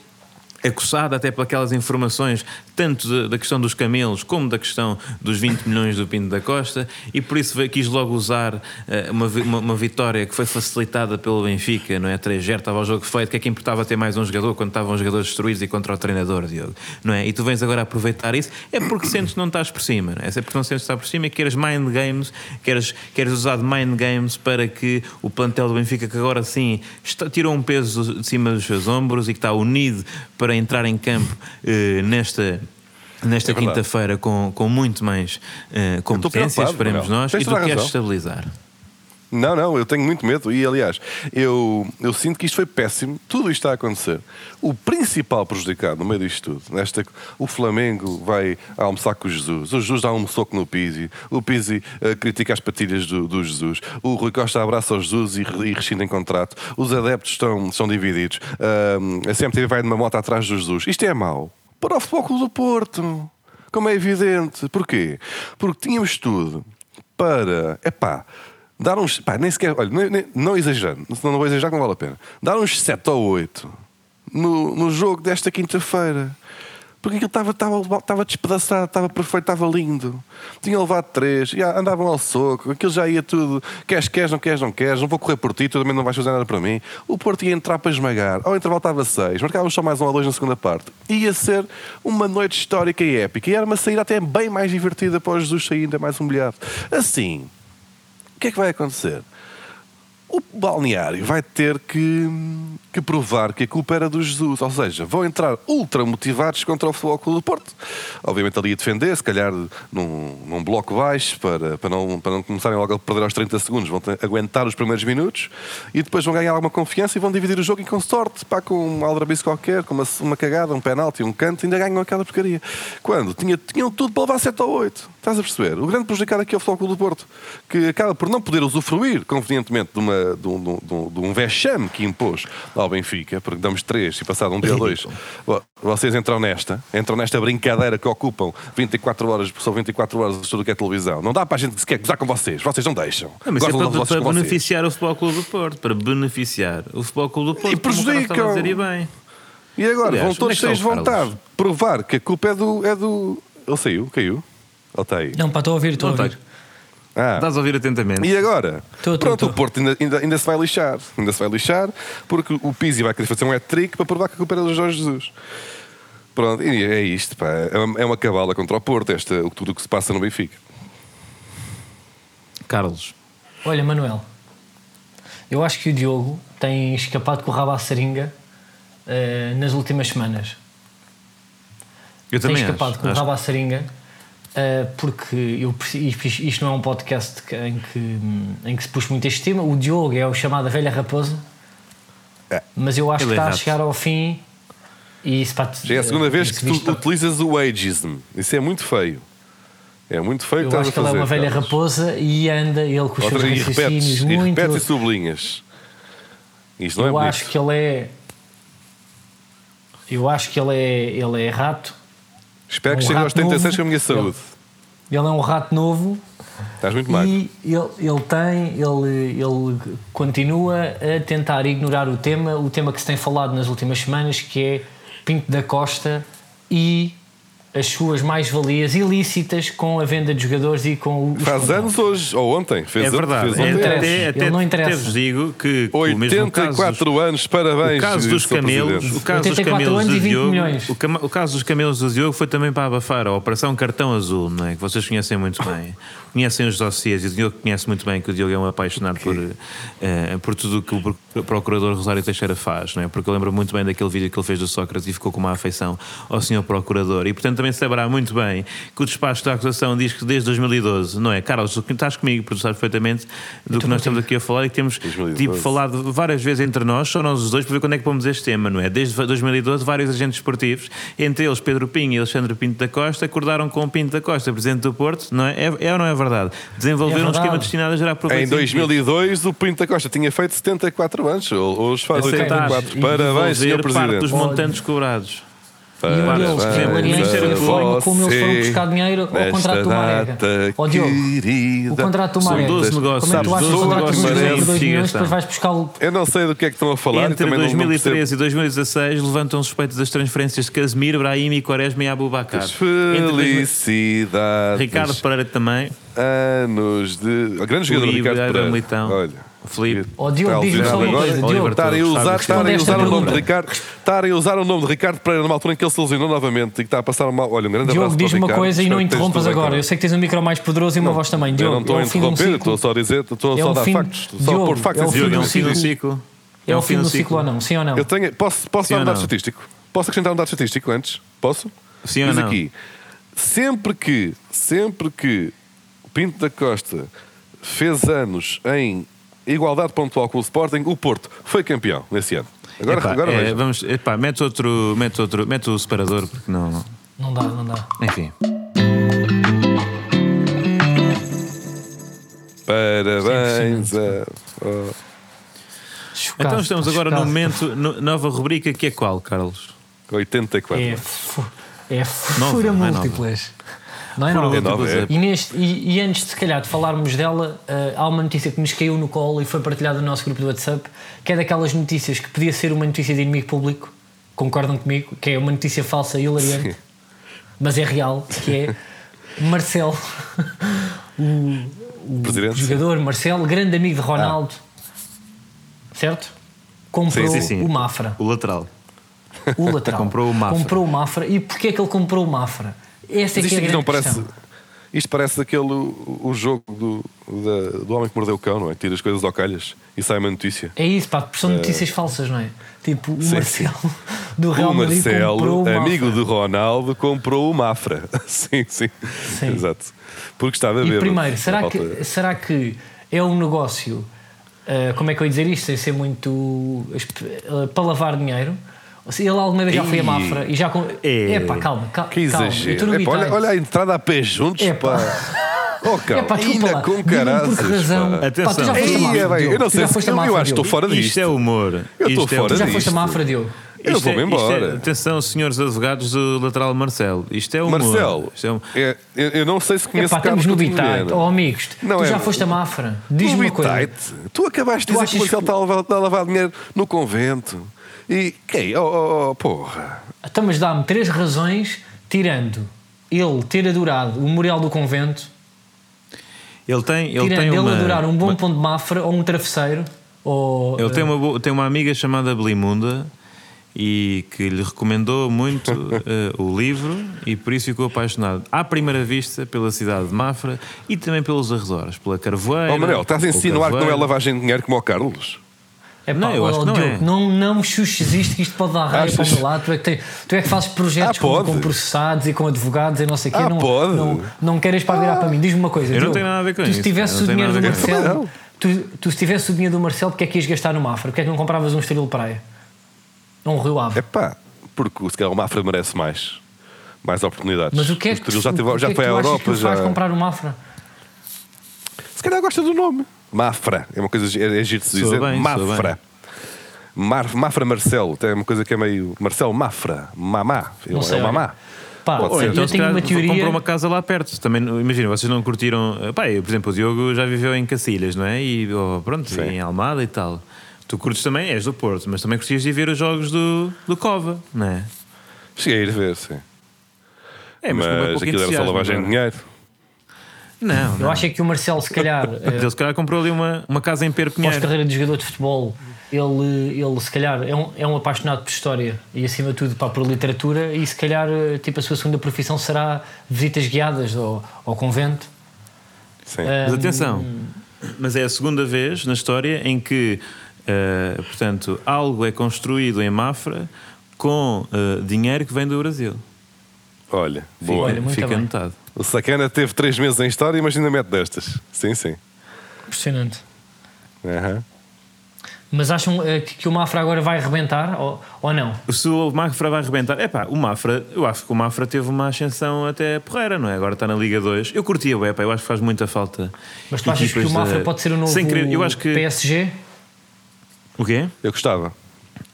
[SPEAKER 2] acossada até por aquelas informações, tanto da, da questão dos camelos como da questão dos 20 milhões do Pinto da Costa, e por isso veio- quis logo usar eh, uma, vi- uma- uma vitória que foi facilitada pelo Benfica, não é? 3-0, estava o jogo feito, o que é que importava ter mais um jogador quando estavam os jogadores destruídos e contra o treinador, Diogo, não é? E tu vens agora aproveitar isso, é porque sentes que não estás por cima, não é? É porque não sentes que estás por cima e queres mind games, queres, queres usar de mind games para que o plantel do Benfica, que agora sim está- tirou um peso de cima dos seus ombros e que está unido para entrar em campo eh, nesta. Nesta
[SPEAKER 1] É verdade.
[SPEAKER 2] quinta-feira, com, com muito mais eh, competências,
[SPEAKER 1] preocupado,
[SPEAKER 2] esperemos
[SPEAKER 1] Manuel.
[SPEAKER 2] nós,
[SPEAKER 1] Tens
[SPEAKER 2] e tu
[SPEAKER 1] toda a
[SPEAKER 2] queres
[SPEAKER 1] razão.
[SPEAKER 2] estabilizar.
[SPEAKER 1] Não, não, eu tenho muito medo. E, aliás, eu, eu sinto que isto foi péssimo. Tudo isto está a acontecer. O principal prejudicado no meio disto tudo, nesta, o Flamengo vai almoçar com o Jesus. O Jesus dá um soco no Pizzi. O Pizzi eh, critica as patilhas do, do Jesus. O Rui Costa abraça o Jesus e, re- e rescindem contrato. Os adeptos estão, estão divididos. Ahm, a CMTV vai numa moto atrás do Jesus. Isto é mau. Para o Futebol Clube do Porto. Como é evidente. Porquê? Porque tínhamos tudo para, epá, dar uns, pá, nem sequer, olha, nem- nem- não exagerando, senão não vou exagerar que não vale a pena, dar uns 7 ou 8 no, no jogo desta quinta-feira. Porque aquilo estava- estava estava despedaçado, estava perfeito, estava lindo. Tinha levado três, já andavam ao soco, aquilo já ia tudo. Queres, queres, não queres, não queres, não vou correr por ti, tu também não vais fazer nada para mim. O Porto ia entrar para esmagar, ao intervalo estava seis, marcávamos só mais um ou dois na segunda parte. Ia ser uma noite histórica e épica, e era uma saída até bem mais divertida após Jesus sair ainda mais humilhado. Assim, o que é que vai acontecer? O balneário vai ter que, que provar que a culpa era do Jesus. Ou seja, vão entrar ultra motivados contra o Futebol Clube do Porto. Obviamente ali a defender, se calhar num, num bloco baixo, para, para, não, para não começarem logo a perder aos 30 segundos. Vão ter- aguentar os primeiros minutos e depois vão ganhar alguma confiança e vão dividir o jogo e com sorte, pá, com um aldrabice qualquer, com uma, uma cagada, um penalti, um canto, ainda ganham aquela porcaria. Quando? Tinha, tinham tudo para levar 7 ou 8. Estás a perceber? O grande prejudicado aqui é o Futebol Clube do Porto, que acaba por não poder usufruir convenientemente de, uma, de, um, de um- de um- de um vexame que impôs ao Benfica, porque damos 3 e passado um dia ou dois, vo- vocês entram nesta, entram nesta brincadeira que ocupam 24 horas, só 24 horas de tudo o que é televisão. Não dá para a gente sequer gozar com vocês, vocês não deixam.
[SPEAKER 2] Não, mas é
[SPEAKER 1] Gozam
[SPEAKER 2] para,
[SPEAKER 1] dos vossos com
[SPEAKER 2] para
[SPEAKER 1] vocês.
[SPEAKER 2] beneficiar o Futebol Clube do Porto, para beneficiar o Futebol Clube do Porto. como o Carlos
[SPEAKER 1] prejudicam.
[SPEAKER 2] estava a dizer, e bem.
[SPEAKER 1] E agora,
[SPEAKER 2] Aliás,
[SPEAKER 1] vão
[SPEAKER 2] onde é que
[SPEAKER 1] todos
[SPEAKER 2] está
[SPEAKER 1] cheios de
[SPEAKER 2] o Carlos?
[SPEAKER 1] vontade. Provar que a culpa é do. É do... Ele saiu, caiu. Ele está aí.
[SPEAKER 3] Não, pá, estou a ouvir, estou a
[SPEAKER 2] Não
[SPEAKER 3] ouvir.
[SPEAKER 1] Ah.
[SPEAKER 2] Estás a ouvir atentamente.
[SPEAKER 1] E agora?
[SPEAKER 3] Tô, tô,
[SPEAKER 1] Pronto,
[SPEAKER 3] tô.
[SPEAKER 1] o Porto ainda, ainda, ainda se vai lixar. Ainda se vai lixar, porque o Pizzi vai querer fazer um hat-trick para provar que a culpa era do Jorge Jesus. Pronto, e é isto, pá. É uma, é uma cabala contra o Porto, esta, o- tudo o que se passa no Benfica.
[SPEAKER 2] Carlos,
[SPEAKER 3] Olha, Manuel, eu acho que o Diogo tem escapado com o rabo à seringa eh, nas últimas semanas.
[SPEAKER 2] eu
[SPEAKER 3] tem
[SPEAKER 2] também acho.
[SPEAKER 3] escapado com o
[SPEAKER 2] Acho-
[SPEAKER 3] rabo à seringa eh, porque eu, preci- isto isto não é um podcast que- em que, hum, em que se puxa muito este tema. O Diogo é o chamado a velha raposa,
[SPEAKER 1] É.
[SPEAKER 3] mas eu acho que
[SPEAKER 2] Ele é
[SPEAKER 3] está a
[SPEAKER 2] rato.
[SPEAKER 3] chegar ao fim. E isso, pá, te-
[SPEAKER 1] Já é a segunda
[SPEAKER 3] eh,
[SPEAKER 1] vez
[SPEAKER 3] isso
[SPEAKER 1] que tu
[SPEAKER 3] visto-
[SPEAKER 1] utilizas o ageism. Isso é muito feio. É muito feio o
[SPEAKER 3] Eu
[SPEAKER 1] que estás
[SPEAKER 3] acho
[SPEAKER 1] a
[SPEAKER 3] que ele é
[SPEAKER 1] fazer.
[SPEAKER 3] uma velha
[SPEAKER 1] Carlos.
[SPEAKER 3] raposa e anda ele com os seus
[SPEAKER 1] Outra- e repetes,
[SPEAKER 3] raciocínios
[SPEAKER 1] e
[SPEAKER 3] muito.
[SPEAKER 1] repetes e sublinhas. Isto não é
[SPEAKER 3] eu
[SPEAKER 1] bonito.
[SPEAKER 3] acho que ele é. Eu acho que ele é, ele é rato.
[SPEAKER 1] Espero que
[SPEAKER 3] Um
[SPEAKER 1] chegue aos
[SPEAKER 3] rato
[SPEAKER 1] 36
[SPEAKER 3] novo.
[SPEAKER 1] com a minha saúde.
[SPEAKER 3] Ele é um rato novo
[SPEAKER 1] Estás muito magro.
[SPEAKER 3] e ele, ele tem, ele, ele continua a tentar ignorar o tema, o tema que se tem falado nas últimas semanas, que é Pinto da Costa e as suas mais-valias ilícitas com a venda de jogadores e com os
[SPEAKER 1] Faz
[SPEAKER 3] contratos.
[SPEAKER 1] anos hoje, ou ontem. Fez
[SPEAKER 2] É
[SPEAKER 1] ontem,
[SPEAKER 2] verdade.
[SPEAKER 1] Fez
[SPEAKER 2] É,
[SPEAKER 1] ontem.
[SPEAKER 3] interessa.
[SPEAKER 2] até,
[SPEAKER 3] Ele
[SPEAKER 2] até,
[SPEAKER 3] não interessa.
[SPEAKER 2] até vos digo que que o mesmo caso dos-
[SPEAKER 1] 84 anos, parabéns.
[SPEAKER 2] O caso dos
[SPEAKER 1] Sr.
[SPEAKER 2] camelos,
[SPEAKER 1] Presidente.
[SPEAKER 2] o caso dos
[SPEAKER 3] 84
[SPEAKER 2] camelos
[SPEAKER 3] anos
[SPEAKER 2] do
[SPEAKER 3] e 20
[SPEAKER 2] Diogo,
[SPEAKER 3] milhões.
[SPEAKER 2] o, cama- o caso dos camelos do Diogo foi também para abafar a operação cartão azul, não é? Que vocês conhecem muito bem. Conhecem os dossiês e o Diogo conhece muito bem que o Diogo é um apaixonado por, eh, por tudo o que o pro- procurador Rosário Teixeira faz, não é? Porque eu lembro muito bem daquele vídeo que ele fez do Sócrates e ficou com uma afeição ao senhor procurador. E portanto também saberá muito bem que o despacho da acusação diz que desde 2012, não é? Carlos, tu estás comigo, porque tu sabes perfeitamente do que nós estamos aqui a falar e que temos
[SPEAKER 1] 2012.
[SPEAKER 2] tipo falado várias vezes entre nós, só nós os dois, para ver quando é que pomos este tema, não é? Desde 2012, vários agentes esportivos, entre eles Pedro Pinho e Alexandre Pinto da Costa, acordaram com o Pinto da Costa, presidente do Porto, não é? É, é ou não é verdade? Desenvolveram
[SPEAKER 3] É
[SPEAKER 2] um
[SPEAKER 3] verdade.
[SPEAKER 2] esquema destinado a gerar
[SPEAKER 1] Em
[SPEAKER 2] proventos ilícitos.
[SPEAKER 1] 2002, o Pinto da Costa tinha feito 74 anos. Hoje faz
[SPEAKER 2] Aceitar
[SPEAKER 1] 84.
[SPEAKER 2] e
[SPEAKER 1] Parabéns,
[SPEAKER 2] devolver
[SPEAKER 1] Sr.
[SPEAKER 2] parte
[SPEAKER 1] Presidente.
[SPEAKER 2] dos montantes cobrados.
[SPEAKER 3] E um
[SPEAKER 2] Para,
[SPEAKER 3] deles,
[SPEAKER 2] para,
[SPEAKER 3] que é o Mariano,
[SPEAKER 2] para
[SPEAKER 3] foi a forma como eles foram
[SPEAKER 1] você
[SPEAKER 3] buscar dinheiro ao
[SPEAKER 1] nesta
[SPEAKER 3] contrato do Marega.
[SPEAKER 1] data
[SPEAKER 3] Ó Diogo,
[SPEAKER 1] querida.
[SPEAKER 3] o contrato do
[SPEAKER 2] São
[SPEAKER 3] Marega.
[SPEAKER 2] 12 negócios.
[SPEAKER 3] Como é que tu achas que o
[SPEAKER 1] Sabe,
[SPEAKER 3] contrato do
[SPEAKER 1] doze
[SPEAKER 3] Marega por 2
[SPEAKER 1] negócios,
[SPEAKER 3] milhões,
[SPEAKER 2] investigação.
[SPEAKER 3] depois vais buscá-lo
[SPEAKER 1] Eu não sei do que é que estão a falar. e
[SPEAKER 2] Entre
[SPEAKER 1] também não- não percebo.
[SPEAKER 2] 2013 e 2016 levantam suspeitos das transferências de Casemiro, Brahimi, Quaresma e Abubacar. Entre 2000
[SPEAKER 1] Felicidades.
[SPEAKER 2] Ricardo Pereira também.
[SPEAKER 1] Anos de. Grande jogador
[SPEAKER 2] Felipe,
[SPEAKER 1] Ricardo
[SPEAKER 2] Adam
[SPEAKER 1] Pereira.
[SPEAKER 2] Militão.
[SPEAKER 1] Olha.
[SPEAKER 2] Felipe.
[SPEAKER 3] Ó, Diogo,
[SPEAKER 1] Está
[SPEAKER 3] diz-me só uma
[SPEAKER 1] algemado
[SPEAKER 3] coisa,
[SPEAKER 1] agora.
[SPEAKER 3] Diogo.
[SPEAKER 1] Estarem a usar,
[SPEAKER 2] Gustavo,
[SPEAKER 1] estarem a
[SPEAKER 3] responde
[SPEAKER 1] usar
[SPEAKER 3] esta
[SPEAKER 1] o nome de
[SPEAKER 3] pergunta.
[SPEAKER 1] Ricardo. Estarem a usar o nome de Ricardo Pereira numa altura em que ele se lesionou novamente e que está a passar mal. Olha, um grande
[SPEAKER 3] Diogo,
[SPEAKER 1] abraço para o
[SPEAKER 3] diz-me uma
[SPEAKER 1] Ricardo.
[SPEAKER 3] coisa e
[SPEAKER 1] Espero
[SPEAKER 3] não
[SPEAKER 1] que estejas
[SPEAKER 3] interrompas
[SPEAKER 1] tudo bem com
[SPEAKER 3] agora.
[SPEAKER 1] ele.
[SPEAKER 3] Eu sei que tens um micro mais poderoso e uma voz também.
[SPEAKER 1] Eu
[SPEAKER 3] Diogo,
[SPEAKER 1] não
[SPEAKER 3] é
[SPEAKER 1] estou a
[SPEAKER 3] o fim de um
[SPEAKER 1] interromper,
[SPEAKER 3] ciclo.
[SPEAKER 1] estou só a dizer, estou
[SPEAKER 3] É
[SPEAKER 1] só
[SPEAKER 3] o
[SPEAKER 1] a dar
[SPEAKER 3] fim-
[SPEAKER 1] factos, só
[SPEAKER 3] Diogo,
[SPEAKER 1] a pôr factos
[SPEAKER 3] é o
[SPEAKER 1] em
[SPEAKER 3] fim
[SPEAKER 1] cima
[SPEAKER 2] Diogo,
[SPEAKER 3] de
[SPEAKER 2] é
[SPEAKER 1] do
[SPEAKER 2] um fim do
[SPEAKER 1] ciclo.
[SPEAKER 2] ciclo. um
[SPEAKER 3] É o fim do ciclo ou não? Sim ou não?
[SPEAKER 1] um Eu tenho, posso posso
[SPEAKER 2] Então. Sim
[SPEAKER 1] dar um
[SPEAKER 2] ou
[SPEAKER 1] dado
[SPEAKER 2] não?
[SPEAKER 1] estatístico? Posso acrescentar um dado estatístico antes? Posso?
[SPEAKER 2] Sim ou
[SPEAKER 1] Diz
[SPEAKER 2] não?
[SPEAKER 1] aqui, sempre que, sempre que o Pinto da Costa fez anos em igualdade pontual com o Sporting, o Porto foi campeão nesse ano. Agora,
[SPEAKER 2] Epá,
[SPEAKER 1] agora
[SPEAKER 2] é,
[SPEAKER 1] veja.
[SPEAKER 2] vamos, epá, mete outro, mete outro, mete o separador porque não,
[SPEAKER 3] Não dá, não dá.
[SPEAKER 2] enfim.
[SPEAKER 1] Parabéns a...
[SPEAKER 3] Chocado,
[SPEAKER 2] Então estamos
[SPEAKER 3] pá,
[SPEAKER 2] agora no
[SPEAKER 3] chocado.
[SPEAKER 2] momento no- nova rubrica que é qual, Carlos?
[SPEAKER 1] a 84.
[SPEAKER 3] É, fu- é fu-
[SPEAKER 2] Nova,
[SPEAKER 3] fura
[SPEAKER 2] não é nova.
[SPEAKER 3] múltiplas. Não é nova.
[SPEAKER 1] É nova, é.
[SPEAKER 3] E, neste, e, e antes, se calhar, de falarmos dela, eh, há uma notícia que nos caiu no colo e foi partilhada no nosso grupo do WhatsApp, que é daquelas notícias que podia ser uma notícia de inimigo público, concordam comigo, que é uma notícia falsa e hilariante, mas é real, que é Marcelo, o, o
[SPEAKER 1] Presidente.
[SPEAKER 3] jogador Marcelo, grande amigo
[SPEAKER 1] Ah.
[SPEAKER 3] de Ronaldo, certo? Comprou
[SPEAKER 1] Sim,
[SPEAKER 2] sim, sim.
[SPEAKER 3] o Mafra.
[SPEAKER 2] O lateral.
[SPEAKER 3] O lateral.
[SPEAKER 2] Comprou o Mafra.
[SPEAKER 3] Comprou o Mafra. E porquê é que ele comprou o Mafra? Essa é
[SPEAKER 1] Mas
[SPEAKER 3] que é a
[SPEAKER 1] isto aqui
[SPEAKER 3] grande
[SPEAKER 1] não parece.
[SPEAKER 3] questão.
[SPEAKER 1] Isto parece aquele o, o jogo do, da- do homem que mordeu o cão, não é? Tira as coisas ao calhas e sai uma notícia.
[SPEAKER 3] É isso, pá, porque são notícias falsas, não é? Tipo, o
[SPEAKER 1] sim.
[SPEAKER 3] Marcelo do Real
[SPEAKER 1] o
[SPEAKER 3] Madrid comprou o
[SPEAKER 1] Marcelo,
[SPEAKER 3] Mafra.
[SPEAKER 1] amigo do Ronaldo, comprou o Mafra. sim, sim,
[SPEAKER 3] Sim.
[SPEAKER 1] Exato. Porque estava a ver.
[SPEAKER 3] E primeiro,
[SPEAKER 1] não
[SPEAKER 3] será
[SPEAKER 1] falta-
[SPEAKER 3] que, será que é um negócio, ah, como é que eu ia dizer isto, sem ser muito esp- ah, para lavar dinheiro? Ou se Ele alguma vez já foi a
[SPEAKER 1] Ei.
[SPEAKER 3] Mafra e já. Com...
[SPEAKER 2] Ei.
[SPEAKER 3] É pá, calma, cal- calma.
[SPEAKER 1] Que
[SPEAKER 3] eu estou
[SPEAKER 1] exagero.
[SPEAKER 3] no
[SPEAKER 1] Epá, olha,
[SPEAKER 3] Vitória.
[SPEAKER 1] olha a entrada a pé juntos,
[SPEAKER 3] Epá.
[SPEAKER 1] pá. Oh, cara,
[SPEAKER 3] É pá, desculpa
[SPEAKER 1] ainda
[SPEAKER 3] lá.
[SPEAKER 1] com
[SPEAKER 3] Diga-me
[SPEAKER 1] caraças.
[SPEAKER 3] por que razão.
[SPEAKER 1] pá.
[SPEAKER 3] Pá, tu já foste
[SPEAKER 2] Atenção.
[SPEAKER 3] a
[SPEAKER 1] Ei,
[SPEAKER 3] Mafra,
[SPEAKER 1] é bem,
[SPEAKER 3] Diogo.
[SPEAKER 1] eu não
[SPEAKER 3] Tu
[SPEAKER 1] sei
[SPEAKER 3] já
[SPEAKER 1] se-
[SPEAKER 3] foste a
[SPEAKER 1] eu- eu
[SPEAKER 3] Mafra,
[SPEAKER 1] acho que estou
[SPEAKER 3] Diogo.
[SPEAKER 1] fora disto.
[SPEAKER 2] Isto é humor.
[SPEAKER 1] Eu estou
[SPEAKER 2] Isto é
[SPEAKER 1] fora
[SPEAKER 3] Tu
[SPEAKER 2] humor.
[SPEAKER 3] já
[SPEAKER 1] disto.
[SPEAKER 3] foste a Mafra, Diogo.
[SPEAKER 1] Eu
[SPEAKER 2] Isto é-
[SPEAKER 1] vou-me
[SPEAKER 2] isto é-
[SPEAKER 1] embora.
[SPEAKER 2] atenção, senhores advogados do lateral Marcelo. Isto é humor.
[SPEAKER 1] Marcelo,
[SPEAKER 2] Isto é um-
[SPEAKER 1] é- eu, eu não sei se
[SPEAKER 3] É
[SPEAKER 1] conheço
[SPEAKER 3] pá, estamos
[SPEAKER 1] Carlos
[SPEAKER 3] no
[SPEAKER 1] Coutinho
[SPEAKER 3] Bitite.
[SPEAKER 1] Vilhena.
[SPEAKER 3] Oh, amigos,
[SPEAKER 1] Não,
[SPEAKER 3] tu
[SPEAKER 1] é-
[SPEAKER 3] já foste a Mafra. Diz-me uma coisa.
[SPEAKER 1] Luitite, Tu acabaste de
[SPEAKER 3] Tu
[SPEAKER 1] dizer que o
[SPEAKER 3] achas
[SPEAKER 1] Marcelo está a lavar- está a lavar dinheiro no convento. E quem? Oh, oh, oh, porra.
[SPEAKER 3] Então, mas dá-me três razões, tirando ele ter adorado o Memorial do Convento,
[SPEAKER 2] Ele tem, ele
[SPEAKER 3] tirando
[SPEAKER 2] tem
[SPEAKER 3] ele
[SPEAKER 2] uma.
[SPEAKER 3] adorar um bom
[SPEAKER 2] uma-
[SPEAKER 3] pão de Mafra ou um travesseiro. Ou,
[SPEAKER 2] Ele tem uma, boa- tem uma amiga chamada Belimunda e que lhe recomendou muito eh, o livro e por isso ficou apaixonado à primeira vista pela cidade de Mafra e também pelos arredores, pela Carvoeira.
[SPEAKER 1] Oh, Manel, estás a
[SPEAKER 2] pelo
[SPEAKER 1] insinuar que não é
[SPEAKER 2] Carvoeiro.
[SPEAKER 1] lavagem de dinheiro como ao Carlos?
[SPEAKER 3] É
[SPEAKER 2] Não, eu acho que não
[SPEAKER 3] Diogo,
[SPEAKER 2] é. Ah,
[SPEAKER 3] não, não me chuches isto que isto pode dar raio para o
[SPEAKER 1] Achas?
[SPEAKER 3] meu lado. Tu é que, tem- tu é que fazes projetos
[SPEAKER 1] Ah,
[SPEAKER 3] com,
[SPEAKER 1] pode.
[SPEAKER 3] com processados e com advogados e não sei o quê.
[SPEAKER 1] Ah,
[SPEAKER 3] não,
[SPEAKER 1] pode.
[SPEAKER 3] não, não queres para virar para mim. Diz-me uma coisa.
[SPEAKER 2] Ah. Eu não
[SPEAKER 3] Diogo,
[SPEAKER 2] tenho nada a ver com
[SPEAKER 3] tu,
[SPEAKER 2] isso.
[SPEAKER 3] Se tivesse
[SPEAKER 2] Eu
[SPEAKER 3] o
[SPEAKER 2] não tenho
[SPEAKER 3] dinho do
[SPEAKER 2] nada a ver
[SPEAKER 1] com
[SPEAKER 3] Marcelo,
[SPEAKER 1] isso.
[SPEAKER 3] tu, tu se tivesse o dinheiro do Marcelo, porque é que ias gastar no Mafra? Porque é que não compravas um estrelo praia? Ou Um rio ave?
[SPEAKER 1] É pá, porque se calhar o Mafra merece mais. Mais oportunidades.
[SPEAKER 3] Mas o que é que,
[SPEAKER 1] Estoril já, teve-
[SPEAKER 3] o que
[SPEAKER 1] já
[SPEAKER 3] é que
[SPEAKER 1] foi à
[SPEAKER 3] tu achas que
[SPEAKER 1] Europa.
[SPEAKER 3] os
[SPEAKER 1] Já...
[SPEAKER 3] faz comprar o Mafra?
[SPEAKER 1] Se calhar gosta do nome. Mafra. É uma coisa gi- é, é giro de se
[SPEAKER 2] Soa
[SPEAKER 1] dizer.
[SPEAKER 2] bem, soa
[SPEAKER 1] Mafra. Mar- Mafra Marcelo. Tem uma coisa que é meio. Marcelo Mafra. Mamá.
[SPEAKER 3] Não sei,
[SPEAKER 1] é o
[SPEAKER 3] olha.
[SPEAKER 1] mamá.
[SPEAKER 3] Pá,
[SPEAKER 1] Pode
[SPEAKER 2] Ou
[SPEAKER 1] ser.
[SPEAKER 3] eu
[SPEAKER 2] então, se
[SPEAKER 3] tenho
[SPEAKER 2] calhar,
[SPEAKER 3] uma teoria.
[SPEAKER 2] comprou uma casa lá perto. Também, imagina, vocês não curtiram. eh, Pá, eu, por exemplo, o Diogo já viveu em Cacilhas, não é? E oh, pronto, em Almada e tal. Tu curtes também, és do Porto, mas também curtias de ir ver os jogos do, do Cova, não é?
[SPEAKER 1] Cheguei a ir ver, sim.
[SPEAKER 2] É,
[SPEAKER 1] mas
[SPEAKER 2] com bem pouco
[SPEAKER 1] aquilo era só
[SPEAKER 2] entusiasmo,
[SPEAKER 1] lavagem de
[SPEAKER 3] é?
[SPEAKER 2] agora.
[SPEAKER 1] dinheiro.
[SPEAKER 2] Não,
[SPEAKER 3] Eu
[SPEAKER 2] não.
[SPEAKER 3] acho é que o Marcelo, se calhar, eh,
[SPEAKER 2] Ele se calhar comprou ali uma, uma casa em Perpinheiro.
[SPEAKER 3] pós-carreira de jogador de futebol, ele, ele se calhar é um, é um apaixonado por história e, acima de tudo, pá, por literatura. E se calhar, eh, tipo, a sua segunda profissão será visitas guiadas ao, ao convento.
[SPEAKER 1] Sim.
[SPEAKER 3] É.
[SPEAKER 2] Mas atenção, mas é a segunda vez na história em que, eh, portanto, algo é construído em Mafra com eh, dinheiro que vem do Brasil.
[SPEAKER 1] Olha, boa.
[SPEAKER 3] Olha, muito
[SPEAKER 2] Fica
[SPEAKER 3] bem.
[SPEAKER 2] anotado.
[SPEAKER 1] O Sacana teve três meses em história, imagina mete destas. Sim, sim.
[SPEAKER 3] Impressionante.
[SPEAKER 1] Aham.
[SPEAKER 3] Mas acham eh, que, que o Mafra agora vai arrebentar ou, ou não?
[SPEAKER 2] Se o Mafra vai arrebentar, é pá, o Mafra, eu acho que o Mafra teve uma ascensão até porreira, não é? Agora está na Liga 2. Eu curtia o EPA, eu acho que faz muita falta.
[SPEAKER 3] Mas tu achas que o
[SPEAKER 2] equipas da-
[SPEAKER 3] Mafra pode ser o novo
[SPEAKER 2] Sem querer, eu acho que.
[SPEAKER 3] PSG?
[SPEAKER 2] O quê?
[SPEAKER 1] Eu gostava.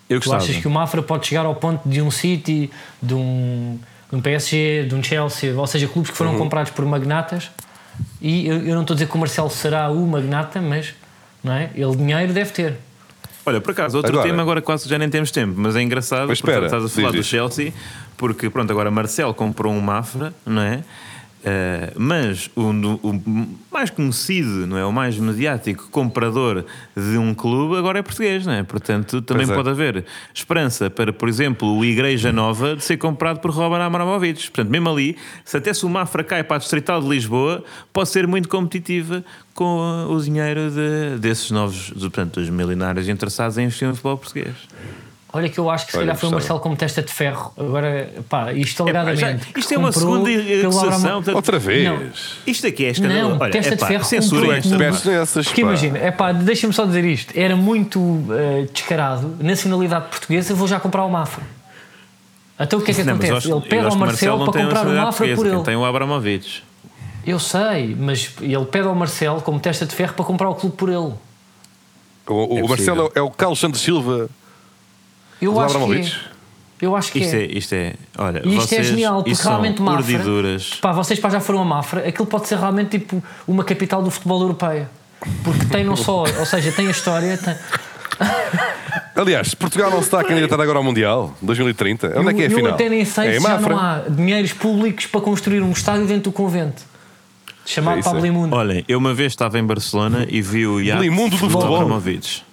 [SPEAKER 2] Eu
[SPEAKER 3] Tu
[SPEAKER 2] gostava.
[SPEAKER 3] achas que o Mafra pode chegar ao ponto de um City, de um, de um PSG, de um Chelsea, ou seja, clubes que
[SPEAKER 2] Uhum.
[SPEAKER 3] foram comprados por magnatas? E eu, eu não estou a dizer que o Marcelo será o magnata, mas não é? ele dinheiro deve ter.
[SPEAKER 2] Olha, por acaso, outro
[SPEAKER 1] Agora-
[SPEAKER 2] tema, agora quase já nem temos tempo, mas é engraçado
[SPEAKER 1] Pois
[SPEAKER 2] porque
[SPEAKER 1] espera,
[SPEAKER 2] estás a falar
[SPEAKER 1] diz
[SPEAKER 2] do
[SPEAKER 1] isto.
[SPEAKER 2] Chelsea, porque pronto, agora Marcel comprou um Mafra, não é? Eh, mas o, o mais conhecido, não é? O mais mediático comprador de um clube agora é português, não é? Portanto, também
[SPEAKER 1] Pois é.
[SPEAKER 2] pode haver esperança para, por exemplo, o Igreja Nova de ser comprado por Roman Abramovich. Portanto, mesmo ali, se até se o Mafra cai para a Distrital de Lisboa, pode ser muito competitiva com ah, o dinheiro de- desses novos, do- portanto, dos milionários interessados em investir no futebol português.
[SPEAKER 3] Olha que eu acho que se
[SPEAKER 1] Olha,
[SPEAKER 3] calhar foi o
[SPEAKER 1] gostava.
[SPEAKER 3] Marcelo como testa de ferro. Agora, pá, isto
[SPEAKER 2] Epá,
[SPEAKER 3] alegadamente.
[SPEAKER 2] já- isto é uma
[SPEAKER 3] comprou
[SPEAKER 2] segunda
[SPEAKER 3] pelo
[SPEAKER 2] acusação.
[SPEAKER 3] Abramovich.
[SPEAKER 2] portanto,
[SPEAKER 1] Outra vez.
[SPEAKER 3] Não.
[SPEAKER 2] Isto aqui é escândalo.
[SPEAKER 3] Não,
[SPEAKER 2] Olha,
[SPEAKER 3] testa de
[SPEAKER 2] epá,
[SPEAKER 3] ferro,
[SPEAKER 1] Tu é
[SPEAKER 2] censura
[SPEAKER 3] comprou
[SPEAKER 1] que
[SPEAKER 2] esta.
[SPEAKER 3] um
[SPEAKER 2] pá.
[SPEAKER 1] peças nessas,
[SPEAKER 3] Porque
[SPEAKER 1] pá.
[SPEAKER 3] imagina, é pá, deixa-me só dizer isto. Era muito eh, descarado, nacionalidade portuguesa, vou já comprar o Mafra. Então o que é que
[SPEAKER 2] Não, mas eu
[SPEAKER 3] acontece?
[SPEAKER 2] acho-
[SPEAKER 3] Ele
[SPEAKER 2] eu
[SPEAKER 3] pede
[SPEAKER 2] acho
[SPEAKER 3] ao
[SPEAKER 2] que o
[SPEAKER 3] Marcelo,
[SPEAKER 2] não
[SPEAKER 3] para
[SPEAKER 2] tem
[SPEAKER 3] comprar o
[SPEAKER 2] nacionalidade
[SPEAKER 3] Mafra por
[SPEAKER 2] portuguesa,
[SPEAKER 3] ele.
[SPEAKER 2] quem Tem o Abramovich.
[SPEAKER 3] Eu sei, mas ele pede ao Marcelo, como testa de ferro, para comprar o clube por ele.
[SPEAKER 1] O, o-
[SPEAKER 2] É
[SPEAKER 1] o Marcelo é o Carlos Santos Silva
[SPEAKER 3] Eu
[SPEAKER 1] do
[SPEAKER 3] acho que
[SPEAKER 1] Abramovich.
[SPEAKER 3] é. Eu acho que
[SPEAKER 2] Isto
[SPEAKER 3] é.
[SPEAKER 2] é, isto é, olha,
[SPEAKER 3] E isto
[SPEAKER 2] vocês,
[SPEAKER 3] é genial, porque
[SPEAKER 2] isto são
[SPEAKER 3] realmente Mafra.
[SPEAKER 2] urdiduras.
[SPEAKER 3] Pá, vocês pá, já foram a Mafra, aquilo pode ser realmente tipo uma capital do futebol europeu. Porque tem não só, ou seja, tem a história, tem,
[SPEAKER 1] Aliás, se Portugal não se está a candidatar agora ao Mundial 2030. Onde é que é a
[SPEAKER 3] eu,
[SPEAKER 1] final?
[SPEAKER 3] Eu até nem sei
[SPEAKER 1] é em
[SPEAKER 3] se já
[SPEAKER 1] Mafra.
[SPEAKER 3] não há dinheiros públicos para construir um estádio dentro do convento. Chamado
[SPEAKER 1] É isso, é.
[SPEAKER 3] Pablo Imundo.
[SPEAKER 2] Olhem, eu uma vez estava em Barcelona e vi o Iago
[SPEAKER 1] Belimundo do futebol.
[SPEAKER 2] Abramovich.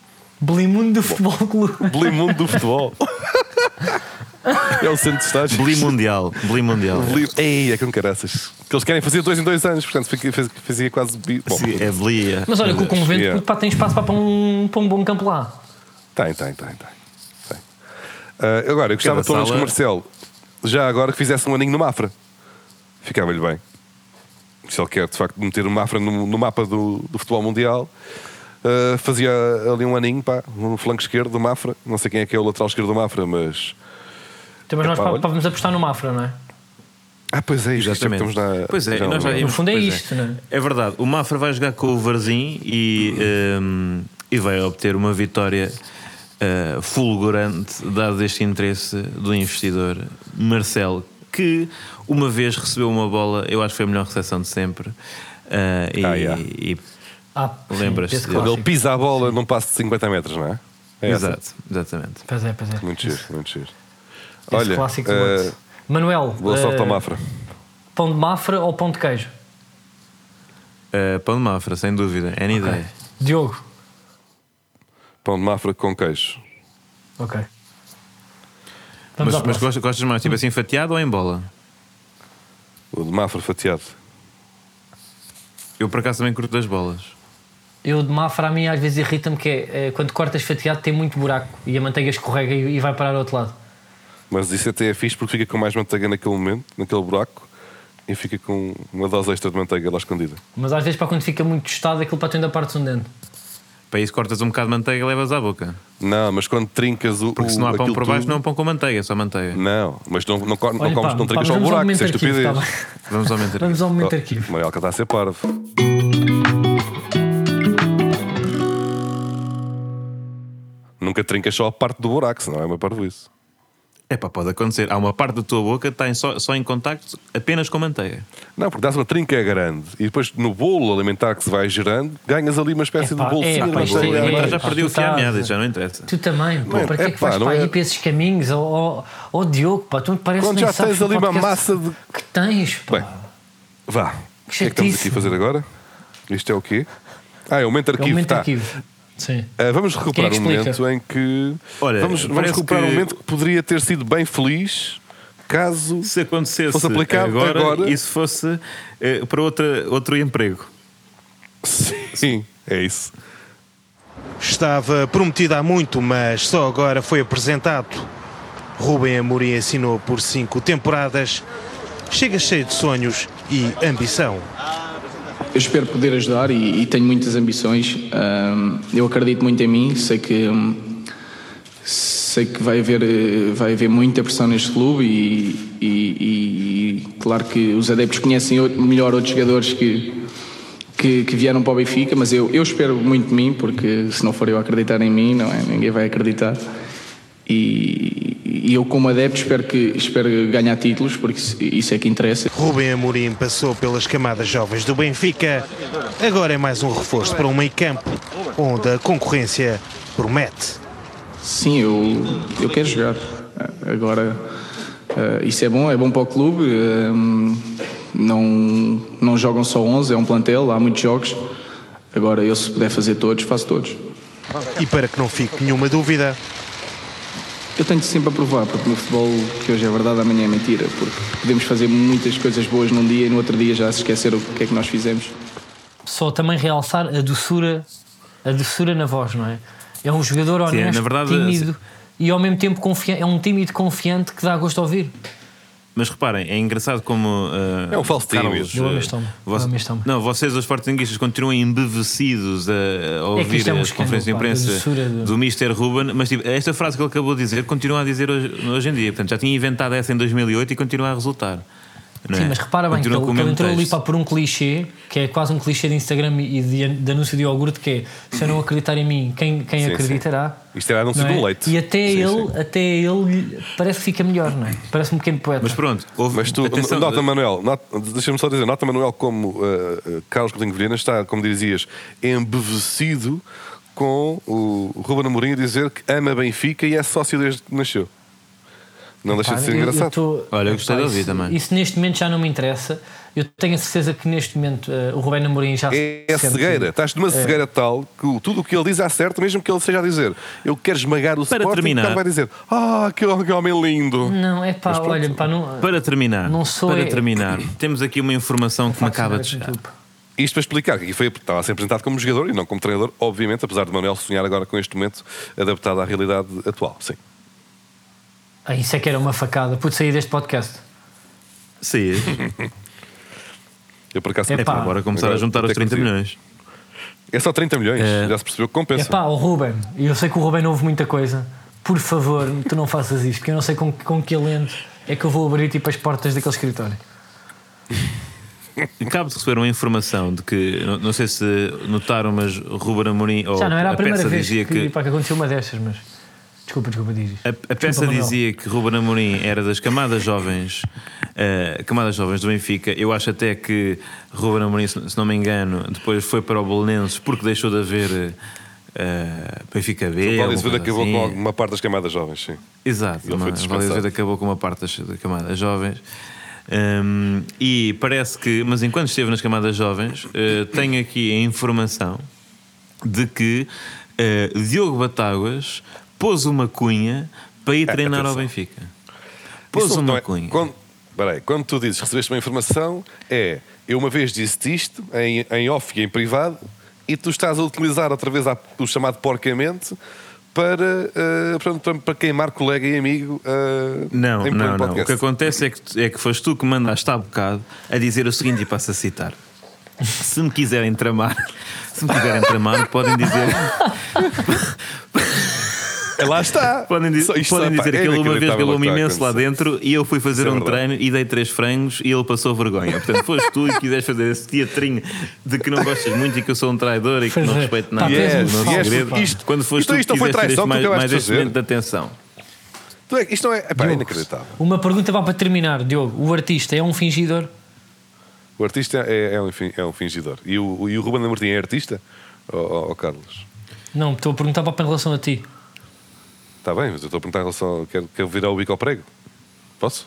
[SPEAKER 3] Belimundo do Futebol Clube.
[SPEAKER 1] Belimundo do futebol. é o centro de estágio.
[SPEAKER 2] Blimundial. Blimundial.
[SPEAKER 1] Beli- Ei, é com caraças. Que eles querem fazer dois em dois anos, portanto fica- faz- fazia quase. bi- Bom,
[SPEAKER 2] Sim, É Bli.
[SPEAKER 3] Mas olha, que o convento
[SPEAKER 1] é, yeah.
[SPEAKER 3] puto, pá, tem espaço pá, para, um, para um bom campo lá.
[SPEAKER 1] Tem, tem, tem, tem. tem. Ah, agora, eu gostava
[SPEAKER 2] Cada
[SPEAKER 1] pelo menos que o
[SPEAKER 2] sala-
[SPEAKER 1] Marcelo, já agora que fizesse um aninho no Mafra. Ficava-lhe bem. Se ele quer, de facto, meter o Mafra no, no mapa do, do futebol mundial, ah, fazia ali um aninho, pá, no flanco esquerdo do Mafra. Não sei quem é que é o lateral esquerdo do Mafra, mas.
[SPEAKER 3] Então, mas nós
[SPEAKER 1] Epá,
[SPEAKER 3] pá,
[SPEAKER 1] olha.
[SPEAKER 3] pá, vamos apostar no Mafra, não é?
[SPEAKER 1] Ah, pois é, isto é que
[SPEAKER 2] Exatamente.
[SPEAKER 1] estamos na.
[SPEAKER 2] Pois é,
[SPEAKER 1] já
[SPEAKER 2] nós já
[SPEAKER 1] não-
[SPEAKER 2] íamos-
[SPEAKER 3] No fundo é
[SPEAKER 2] pois
[SPEAKER 3] isto, não é?
[SPEAKER 2] É verdade. O Mafra vai jogar com o Varzim e, hum, e vai obter uma vitória uh, fulgurante, dado este interesse do investidor Marcelo, que uma vez recebeu uma bola, eu acho que foi a melhor recepção de sempre. uh, e,
[SPEAKER 1] Ah, yeah.
[SPEAKER 2] e-
[SPEAKER 3] Ah, sim,
[SPEAKER 2] Lembras-te
[SPEAKER 3] desse
[SPEAKER 2] dele.
[SPEAKER 1] Quando
[SPEAKER 3] clássico.
[SPEAKER 1] ele pisa a bola num passo de 50 metros, não é? é essa?
[SPEAKER 2] exato, exatamente.
[SPEAKER 3] Pois é, pois é.
[SPEAKER 1] Muito giro, muito giro.
[SPEAKER 3] Esse
[SPEAKER 1] Olha,
[SPEAKER 3] clássico do
[SPEAKER 1] ah,
[SPEAKER 3] Monte. Manuel,
[SPEAKER 1] boa sorte
[SPEAKER 3] eh,
[SPEAKER 1] ao Mafra.
[SPEAKER 3] pão de Mafra ou pão de queijo?
[SPEAKER 2] Uh, pão de Mafra, sem dúvida. é Any day.
[SPEAKER 3] Diogo.
[SPEAKER 1] Pão de Mafra com queijo.
[SPEAKER 3] Ok. Vamos
[SPEAKER 2] Mas,
[SPEAKER 3] à
[SPEAKER 2] mas
[SPEAKER 3] próxima.
[SPEAKER 2] gostas, gostas mais tipo assim fatiado ou em bola?
[SPEAKER 1] O de Mafra fatiado.
[SPEAKER 2] Eu por acaso também curto das bolas.
[SPEAKER 3] Eu de Mafra a mim às vezes irrita-me que é, eh, quando cortas fatiado tem muito buraco e a manteiga escorrega e, e vai parar ao outro lado.
[SPEAKER 1] Mas isso até é fixe porque fica com mais manteiga naquele momento, naquele buraco, e fica com uma dose extra de manteiga lá escondida.
[SPEAKER 3] Mas às vezes para quando fica muito tostado aquilo para tu ainda partes um dente.
[SPEAKER 2] Para isso cortas um bocado de manteiga e levas à boca.
[SPEAKER 1] Não, mas quando trincas o.
[SPEAKER 2] Porque se não há pão
[SPEAKER 1] aquilo
[SPEAKER 2] por baixo,
[SPEAKER 1] tudo-
[SPEAKER 2] não há pão com manteiga, é só manteiga.
[SPEAKER 1] Não, mas não, não, co- não
[SPEAKER 3] Olha,
[SPEAKER 1] comes,
[SPEAKER 3] pá,
[SPEAKER 1] não trincas
[SPEAKER 3] pá,
[SPEAKER 1] só o
[SPEAKER 3] mas vamos ao
[SPEAKER 1] buraco,
[SPEAKER 3] momento
[SPEAKER 1] isso é
[SPEAKER 3] arquivo,
[SPEAKER 1] estupidez.
[SPEAKER 3] tá bem?
[SPEAKER 2] Vamos aumentar.
[SPEAKER 3] Vamos ao momento
[SPEAKER 1] Oh,
[SPEAKER 3] arquivo.
[SPEAKER 1] Maior que está a ser parvo. Nunca trincas só a parte do buraco, senão é uma parvoíce.
[SPEAKER 2] É pá, pode acontecer. Há uma parte da tua boca que está em só, só em contacto apenas com manteiga.
[SPEAKER 1] Não, porque dás uma trinca é grande e depois no bolo alimentar que se vai gerando, ganhas ali uma espécie
[SPEAKER 3] Epá,
[SPEAKER 1] de bolo
[SPEAKER 3] é,
[SPEAKER 1] de
[SPEAKER 3] pá,
[SPEAKER 1] manteiga.
[SPEAKER 3] isto é-
[SPEAKER 1] Não
[SPEAKER 2] Agora
[SPEAKER 3] é-
[SPEAKER 2] já
[SPEAKER 3] pá,
[SPEAKER 2] perdi o
[SPEAKER 3] tu
[SPEAKER 2] fio à
[SPEAKER 3] estás-
[SPEAKER 2] meada, isso já não interessa.
[SPEAKER 3] Tu também, pô,
[SPEAKER 1] Mano,
[SPEAKER 3] para que é que
[SPEAKER 1] epá,
[SPEAKER 3] vais
[SPEAKER 1] não
[SPEAKER 3] pá,
[SPEAKER 1] é-
[SPEAKER 3] ir para esses caminhos? Oh, oh, oh, Diogo, pá, tu parece
[SPEAKER 1] Quando
[SPEAKER 3] nem
[SPEAKER 1] já
[SPEAKER 3] sabes
[SPEAKER 1] tens ali
[SPEAKER 3] o
[SPEAKER 1] uma
[SPEAKER 3] podcast
[SPEAKER 1] massa de.
[SPEAKER 3] que tens, pá.
[SPEAKER 1] Bem, vá. O que é que estamos
[SPEAKER 3] chatice.
[SPEAKER 1] aqui a fazer agora? Isto é o quê? Ah, é o momento
[SPEAKER 3] é o
[SPEAKER 1] arquivo.
[SPEAKER 3] momento
[SPEAKER 1] tá.
[SPEAKER 3] arquivo. Sim.
[SPEAKER 1] Ah, vamos
[SPEAKER 3] Quem é
[SPEAKER 1] recuperar
[SPEAKER 3] que
[SPEAKER 1] um
[SPEAKER 3] explica?
[SPEAKER 1] momento em que.
[SPEAKER 2] Olha,
[SPEAKER 1] vamos vamos
[SPEAKER 2] parece
[SPEAKER 1] recuperar um
[SPEAKER 2] que-
[SPEAKER 1] momento que poderia ter sido bem feliz caso.
[SPEAKER 2] Se acontecesse
[SPEAKER 1] Fosse aplicado
[SPEAKER 2] agora,
[SPEAKER 1] agora-
[SPEAKER 2] e se fosse eh, para outra, outro emprego.
[SPEAKER 1] Sim, é isso.
[SPEAKER 4] Estava prometido há muito, mas só agora foi apresentado. Rubem Amorim assinou por cinco temporadas. Chega cheio de sonhos e ambição.
[SPEAKER 5] Eu espero poder ajudar e, e tenho muitas ambições. Ahm, eu acredito muito em mim, sei que hum, sei que vai haver eh, vai haver muita pressão neste clube e, e- e- e claro que os adeptos conhecem out- melhor outros jogadores que que, que vieram para o Benfica, mas eu, eu espero muito de mim porque se não for eu a acreditar em mim, não é? Ninguém vai acreditar. E, e eu, como adepto, espero, que, espero ganhar títulos, porque isso- isso é que interessa.
[SPEAKER 4] Rubem Amorim passou pelas camadas jovens do Benfica. Agora é mais um reforço para um meio-campo, onde a concorrência promete.
[SPEAKER 5] Sim, eu, eu quero jogar. Agora, eh, isso é bom, é bom para o clube. eh, não, não jogam só 11, é um plantel, há muitos jogos. Agora, eu se puder fazer todos, faço todos.
[SPEAKER 4] E para que não fique nenhuma dúvida,
[SPEAKER 5] Eu tenho sempre a provar, porque no futebol que hoje é verdade, amanhã é mentira. Porque podemos fazer muitas coisas boas num dia e no outro dia já se esquecer o que é que nós fizemos.
[SPEAKER 3] Só também realçar a doçura, a doçura na voz, não é? É um jogador
[SPEAKER 2] Sim,
[SPEAKER 3] honesto,
[SPEAKER 2] na verdade,
[SPEAKER 3] tímido e ao mesmo tempo confiante. É um tímido confiante que dá gosto a ouvir.
[SPEAKER 2] Mas reparem, é engraçado como. eh,
[SPEAKER 1] É um falso
[SPEAKER 2] Carlos,
[SPEAKER 1] tímido.
[SPEAKER 3] Eu amo
[SPEAKER 2] eh,
[SPEAKER 3] este homem. Eu
[SPEAKER 2] voce-
[SPEAKER 3] amo este homem.
[SPEAKER 2] Não, vocês, os sportinguistas, continuam embevecidos a, a
[SPEAKER 3] É que
[SPEAKER 2] ouvir
[SPEAKER 3] isto é um
[SPEAKER 2] as
[SPEAKER 3] escândalo,
[SPEAKER 2] conferências de
[SPEAKER 3] pá, da
[SPEAKER 2] imprensa
[SPEAKER 3] doçura do-
[SPEAKER 2] do Mr. Ruben, mas tipo, esta frase que ele acabou de dizer continua a dizer hoje, hoje em dia. Portanto, já tinha inventado essa em 2008 e continua a resultar. não
[SPEAKER 3] Sim,
[SPEAKER 2] é?
[SPEAKER 3] mas repara bem que
[SPEAKER 2] Continua
[SPEAKER 3] ele,
[SPEAKER 2] com o
[SPEAKER 3] que ele
[SPEAKER 2] mesmo
[SPEAKER 3] entrou ali
[SPEAKER 2] texto.
[SPEAKER 3] pá, por um clichê, que é quase um clichê de Instagram e de, de anúncio de iogurte, que é se eu não acreditar em mim, quem, quem
[SPEAKER 1] Sim,
[SPEAKER 3] acreditará?
[SPEAKER 1] Isto era anúncio
[SPEAKER 3] Não é?
[SPEAKER 1] de um leite.
[SPEAKER 3] E até
[SPEAKER 1] Sim,
[SPEAKER 3] ele,
[SPEAKER 1] sim.
[SPEAKER 3] até ele parece que fica melhor, não é? Parece um pequeno poeta.
[SPEAKER 2] Mas pronto, houve.
[SPEAKER 1] Mas tu,
[SPEAKER 2] atenção,
[SPEAKER 1] nota Manuel, nota- deixa-me só dizer, nota Manuel como eh, eh, Carlos Coutinho Vilhena está, como dizias, embevecido com o Ruben Amorim a dizer que ama Benfica e é sócio desde que nasceu. Não deixa
[SPEAKER 3] Pá,
[SPEAKER 1] de ser
[SPEAKER 3] eu- eu
[SPEAKER 1] engraçado.
[SPEAKER 3] tô-
[SPEAKER 2] Olha, eu gostei de ouvir
[SPEAKER 3] isso,
[SPEAKER 2] também.
[SPEAKER 3] Isso neste momento já não me interessa. Eu tenho a certeza que neste momento eh, o Rubén Amorim já
[SPEAKER 1] É, é
[SPEAKER 3] sente-
[SPEAKER 1] cegueira, estás numa cegueira tal que o- tudo o que ele diz acerta, mesmo que ele seja a dizer eu quero esmagar o
[SPEAKER 2] Para
[SPEAKER 1] Sporting,
[SPEAKER 2] terminar. Hum.
[SPEAKER 1] o cara vai dizer ah, que homem lindo.
[SPEAKER 3] Não, é pá,
[SPEAKER 1] Mas pronto.
[SPEAKER 3] olha, pá, não.
[SPEAKER 2] eh, Para terminar,
[SPEAKER 3] Não sou
[SPEAKER 2] para
[SPEAKER 3] eu.
[SPEAKER 2] terminar, temos aqui uma informação que me acaba de chegar.
[SPEAKER 1] Isto para explicar, que aqui foi, estava a ser apresentado como jogador e não como treinador, obviamente, apesar de Manuel sonhar agora com este momento adaptado à realidade atual. Sim.
[SPEAKER 3] Ah, isso é que era uma facada. Pude sair deste podcast.
[SPEAKER 2] Sim.
[SPEAKER 1] Eu por acaso
[SPEAKER 2] É
[SPEAKER 3] Epá.
[SPEAKER 2] para agora começar
[SPEAKER 1] Agora
[SPEAKER 2] a juntar
[SPEAKER 1] vou
[SPEAKER 2] os
[SPEAKER 1] ter que
[SPEAKER 2] 30
[SPEAKER 1] dizer.
[SPEAKER 2] milhões.
[SPEAKER 1] É só 30 milhões,
[SPEAKER 2] É.
[SPEAKER 1] já se percebeu que
[SPEAKER 3] É
[SPEAKER 1] compensa.
[SPEAKER 3] pá, o Ruben, e eu sei que o Ruben ouve muita coisa. Por favor, tu não faças isto, porque eu não sei com, com que lente é que eu vou abrir tipo as portas daquele escritório.
[SPEAKER 2] Acabo de receber uma informação de que, não, não sei se notaram, mas Ruben Amorim, ou
[SPEAKER 3] já não era a,
[SPEAKER 2] Oh, a,
[SPEAKER 3] primeira
[SPEAKER 2] peça
[SPEAKER 3] vez
[SPEAKER 2] dizia
[SPEAKER 3] que,
[SPEAKER 2] que.
[SPEAKER 3] pá, que aconteceu uma destas, mas. Desculpa, desculpa, diz. isto.
[SPEAKER 2] A, a
[SPEAKER 3] Desculpa,
[SPEAKER 2] peça
[SPEAKER 3] Manuel.
[SPEAKER 2] dizia que Ruben Amorim era das camadas jovens, eh, camadas jovens do Benfica. Eu acho até que Ruben Amorim, se se não me engano, depois foi para o Belenenses porque deixou de haver eh, Benfica B.
[SPEAKER 1] Pode
[SPEAKER 2] alguma
[SPEAKER 1] ver
[SPEAKER 2] coisa
[SPEAKER 1] acabou
[SPEAKER 2] assim.
[SPEAKER 1] com alguma parte das camadas jovens, sim.
[SPEAKER 2] Exato,
[SPEAKER 1] Ele
[SPEAKER 2] uma,
[SPEAKER 1] foi
[SPEAKER 2] a
[SPEAKER 1] dispensado.
[SPEAKER 2] Valéria Azevedo acabou com uma parte das, da camada jovens. Hum, e parece que, mas enquanto esteve nas camadas jovens, eh, tenho aqui a informação de que eh, Diogo Batáguas pôs uma cunha para ir treinar ao
[SPEAKER 1] É, atenção.
[SPEAKER 2] Benfica. Pôs
[SPEAKER 1] Isso não
[SPEAKER 2] uma
[SPEAKER 1] é-
[SPEAKER 2] cunha.
[SPEAKER 1] Quando, peraí, quando tu dizes recebeste uma informação, é eu uma vez disse-te isto em, em off e em privado e tu estás a utilizar outra vez a- o chamado porcamente para, eh, pronto, para, para queimar colega e amigo eh,
[SPEAKER 2] Não,
[SPEAKER 1] em pleno
[SPEAKER 2] não, não. O que
[SPEAKER 1] podcast.
[SPEAKER 2] acontece é que, é que foste tu que mandaste há bocado a dizer o seguinte, e passo a citar. Se me quiserem tramar, se me quiserem tramar, podem dizer.
[SPEAKER 1] É, Lá está.
[SPEAKER 2] Podem, di-
[SPEAKER 1] Só- isto
[SPEAKER 2] podem
[SPEAKER 1] só- pá,
[SPEAKER 2] dizer
[SPEAKER 1] é
[SPEAKER 2] que ele uma vez
[SPEAKER 1] inacreditável o
[SPEAKER 2] galou-me
[SPEAKER 1] que está a
[SPEAKER 2] imenso lá
[SPEAKER 1] acontecer.
[SPEAKER 2] dentro e eu fui fazer
[SPEAKER 1] Isso é
[SPEAKER 2] um
[SPEAKER 1] verdade.
[SPEAKER 2] treino e dei três frangos e ele passou vergonha. Portanto, foste tu e quiseres fazer esse teatrinho de que não gostas muito e que eu sou um traidor e que
[SPEAKER 3] Pois
[SPEAKER 2] não
[SPEAKER 3] é.
[SPEAKER 2] respeito
[SPEAKER 3] Pá,
[SPEAKER 2] nada.
[SPEAKER 3] tens
[SPEAKER 2] Yes,
[SPEAKER 1] um
[SPEAKER 2] não
[SPEAKER 1] falso,
[SPEAKER 2] segredo.
[SPEAKER 1] pá.
[SPEAKER 2] isto, quando foste
[SPEAKER 1] Então
[SPEAKER 2] tu
[SPEAKER 1] isto não
[SPEAKER 2] que
[SPEAKER 1] foi
[SPEAKER 2] quiseste ter
[SPEAKER 1] traição que
[SPEAKER 2] este mais,
[SPEAKER 1] acabaste
[SPEAKER 2] mais
[SPEAKER 1] de
[SPEAKER 2] este
[SPEAKER 1] fazer?
[SPEAKER 2] momento de atenção.
[SPEAKER 1] Tu é que- Isto não é, epá, é
[SPEAKER 3] Diogo,
[SPEAKER 1] inacreditável.
[SPEAKER 3] Uma pergunta vá para terminar, Diogo. O artista é um fingidor?
[SPEAKER 1] O artista é, é um, fin- é um fingidor. E o, e o Ruben Amorim é artista? Ó ó, ó, Carlos?
[SPEAKER 3] Não, estou a perguntar para em relação a ti.
[SPEAKER 1] Está Tá bem, mas eu estou a perguntar em relação. ao- Quero, quero virar o bico ao prego. Posso?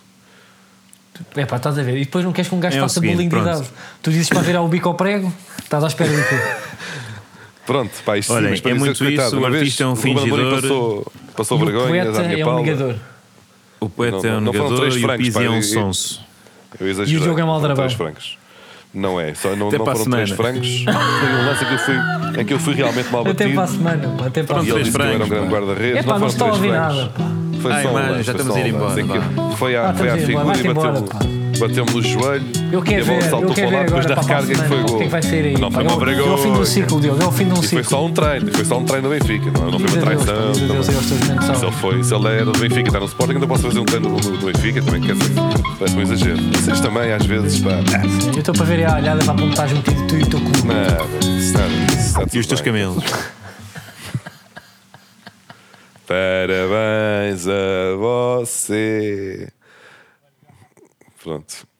[SPEAKER 3] É pá, estás a ver? E depois não queres que um gajo
[SPEAKER 2] É o
[SPEAKER 3] faça
[SPEAKER 2] seguinte,
[SPEAKER 3] bullying de
[SPEAKER 2] pronto.
[SPEAKER 3] idade. Tu dizes para virar o bico ao prego, estás à espera do quê?
[SPEAKER 1] Pronto, pá, isto
[SPEAKER 2] Olhem,
[SPEAKER 1] sim, mas para
[SPEAKER 2] é
[SPEAKER 1] dizer,
[SPEAKER 2] muito
[SPEAKER 1] coitado,
[SPEAKER 2] isso, o
[SPEAKER 1] uma vez
[SPEAKER 2] artista é um
[SPEAKER 1] o Ruben Amorim
[SPEAKER 2] fingidor.
[SPEAKER 1] Passou, passou
[SPEAKER 3] E o
[SPEAKER 1] vergonha
[SPEAKER 3] poeta
[SPEAKER 1] à
[SPEAKER 3] é
[SPEAKER 1] minha
[SPEAKER 3] um
[SPEAKER 1] Paula.
[SPEAKER 3] negador.
[SPEAKER 2] O poeta
[SPEAKER 1] Não,
[SPEAKER 2] é um
[SPEAKER 1] não foram
[SPEAKER 2] negador
[SPEAKER 1] três
[SPEAKER 2] e o
[SPEAKER 1] francos,
[SPEAKER 2] Pizzi
[SPEAKER 1] pá,
[SPEAKER 2] é um
[SPEAKER 1] e-
[SPEAKER 2] sonso.
[SPEAKER 1] Eu exagerei,
[SPEAKER 3] E o Diogo é um
[SPEAKER 1] não foram
[SPEAKER 3] aldrabão.
[SPEAKER 1] três francos. Não é, só não,
[SPEAKER 2] Até
[SPEAKER 1] não
[SPEAKER 2] para a
[SPEAKER 1] foram três
[SPEAKER 2] semana.
[SPEAKER 1] francos. Foi um lance em que eu fui, em que eu fui realmente mal
[SPEAKER 3] Até
[SPEAKER 1] batido.
[SPEAKER 3] para a semana, pá, até para a
[SPEAKER 1] E ele
[SPEAKER 2] Três
[SPEAKER 1] disse que eu era um
[SPEAKER 2] francos,
[SPEAKER 1] grande
[SPEAKER 2] pá.
[SPEAKER 1] guarda-redes.
[SPEAKER 3] É pá, não
[SPEAKER 1] foram
[SPEAKER 3] estou a
[SPEAKER 1] três
[SPEAKER 3] ouvir
[SPEAKER 1] francos.
[SPEAKER 3] nada, pá.
[SPEAKER 1] Foi
[SPEAKER 2] Ai,
[SPEAKER 1] só um
[SPEAKER 2] mano,
[SPEAKER 1] lance,
[SPEAKER 2] já
[SPEAKER 1] foi
[SPEAKER 2] estamos
[SPEAKER 1] só
[SPEAKER 2] a ir
[SPEAKER 1] um lance em
[SPEAKER 2] embora,
[SPEAKER 1] que Foi à,
[SPEAKER 3] Ah,
[SPEAKER 1] foi
[SPEAKER 3] estamos
[SPEAKER 1] à
[SPEAKER 3] a ir embora,
[SPEAKER 1] figura e
[SPEAKER 3] vai-te embora,
[SPEAKER 1] bateu-me bateu no joelho.
[SPEAKER 3] Eu
[SPEAKER 1] e
[SPEAKER 3] quero
[SPEAKER 1] a bola
[SPEAKER 3] ver,
[SPEAKER 1] saltou
[SPEAKER 3] eu
[SPEAKER 1] para
[SPEAKER 3] quero
[SPEAKER 1] lá,
[SPEAKER 3] ver
[SPEAKER 1] depois
[SPEAKER 3] agora para
[SPEAKER 1] da
[SPEAKER 3] a
[SPEAKER 1] recarga e
[SPEAKER 3] semana,
[SPEAKER 1] foi
[SPEAKER 3] o
[SPEAKER 1] gol.
[SPEAKER 3] que é que vai sair aí.
[SPEAKER 1] Não
[SPEAKER 3] É
[SPEAKER 1] foi uma
[SPEAKER 3] o- É o fim do
[SPEAKER 1] vergonha.
[SPEAKER 3] ciclo, Diogo, é o fim de um
[SPEAKER 1] E foi
[SPEAKER 3] ciclo.
[SPEAKER 1] só um treino, foi só um treino no Benfica, não, não foi uma
[SPEAKER 3] Diz adeus,
[SPEAKER 1] traição.
[SPEAKER 3] diz adeus
[SPEAKER 1] também.
[SPEAKER 3] aos teus grandes
[SPEAKER 1] Se
[SPEAKER 3] salvos.
[SPEAKER 1] ele foi, se ele era do Benfica, está no Sporting, ainda posso fazer um treino no, no Benfica, também quer dizer, parece um exagero. Vocês também, às vezes, pá.
[SPEAKER 3] Eu estou para ver ah, aí a olhada para como estás metido tu e o teu clube.
[SPEAKER 1] Nada, isso, nada, isso, está
[SPEAKER 2] E os
[SPEAKER 1] tudo
[SPEAKER 2] teus
[SPEAKER 1] bem.
[SPEAKER 2] camelos.
[SPEAKER 1] Parabéns a você. Pronto.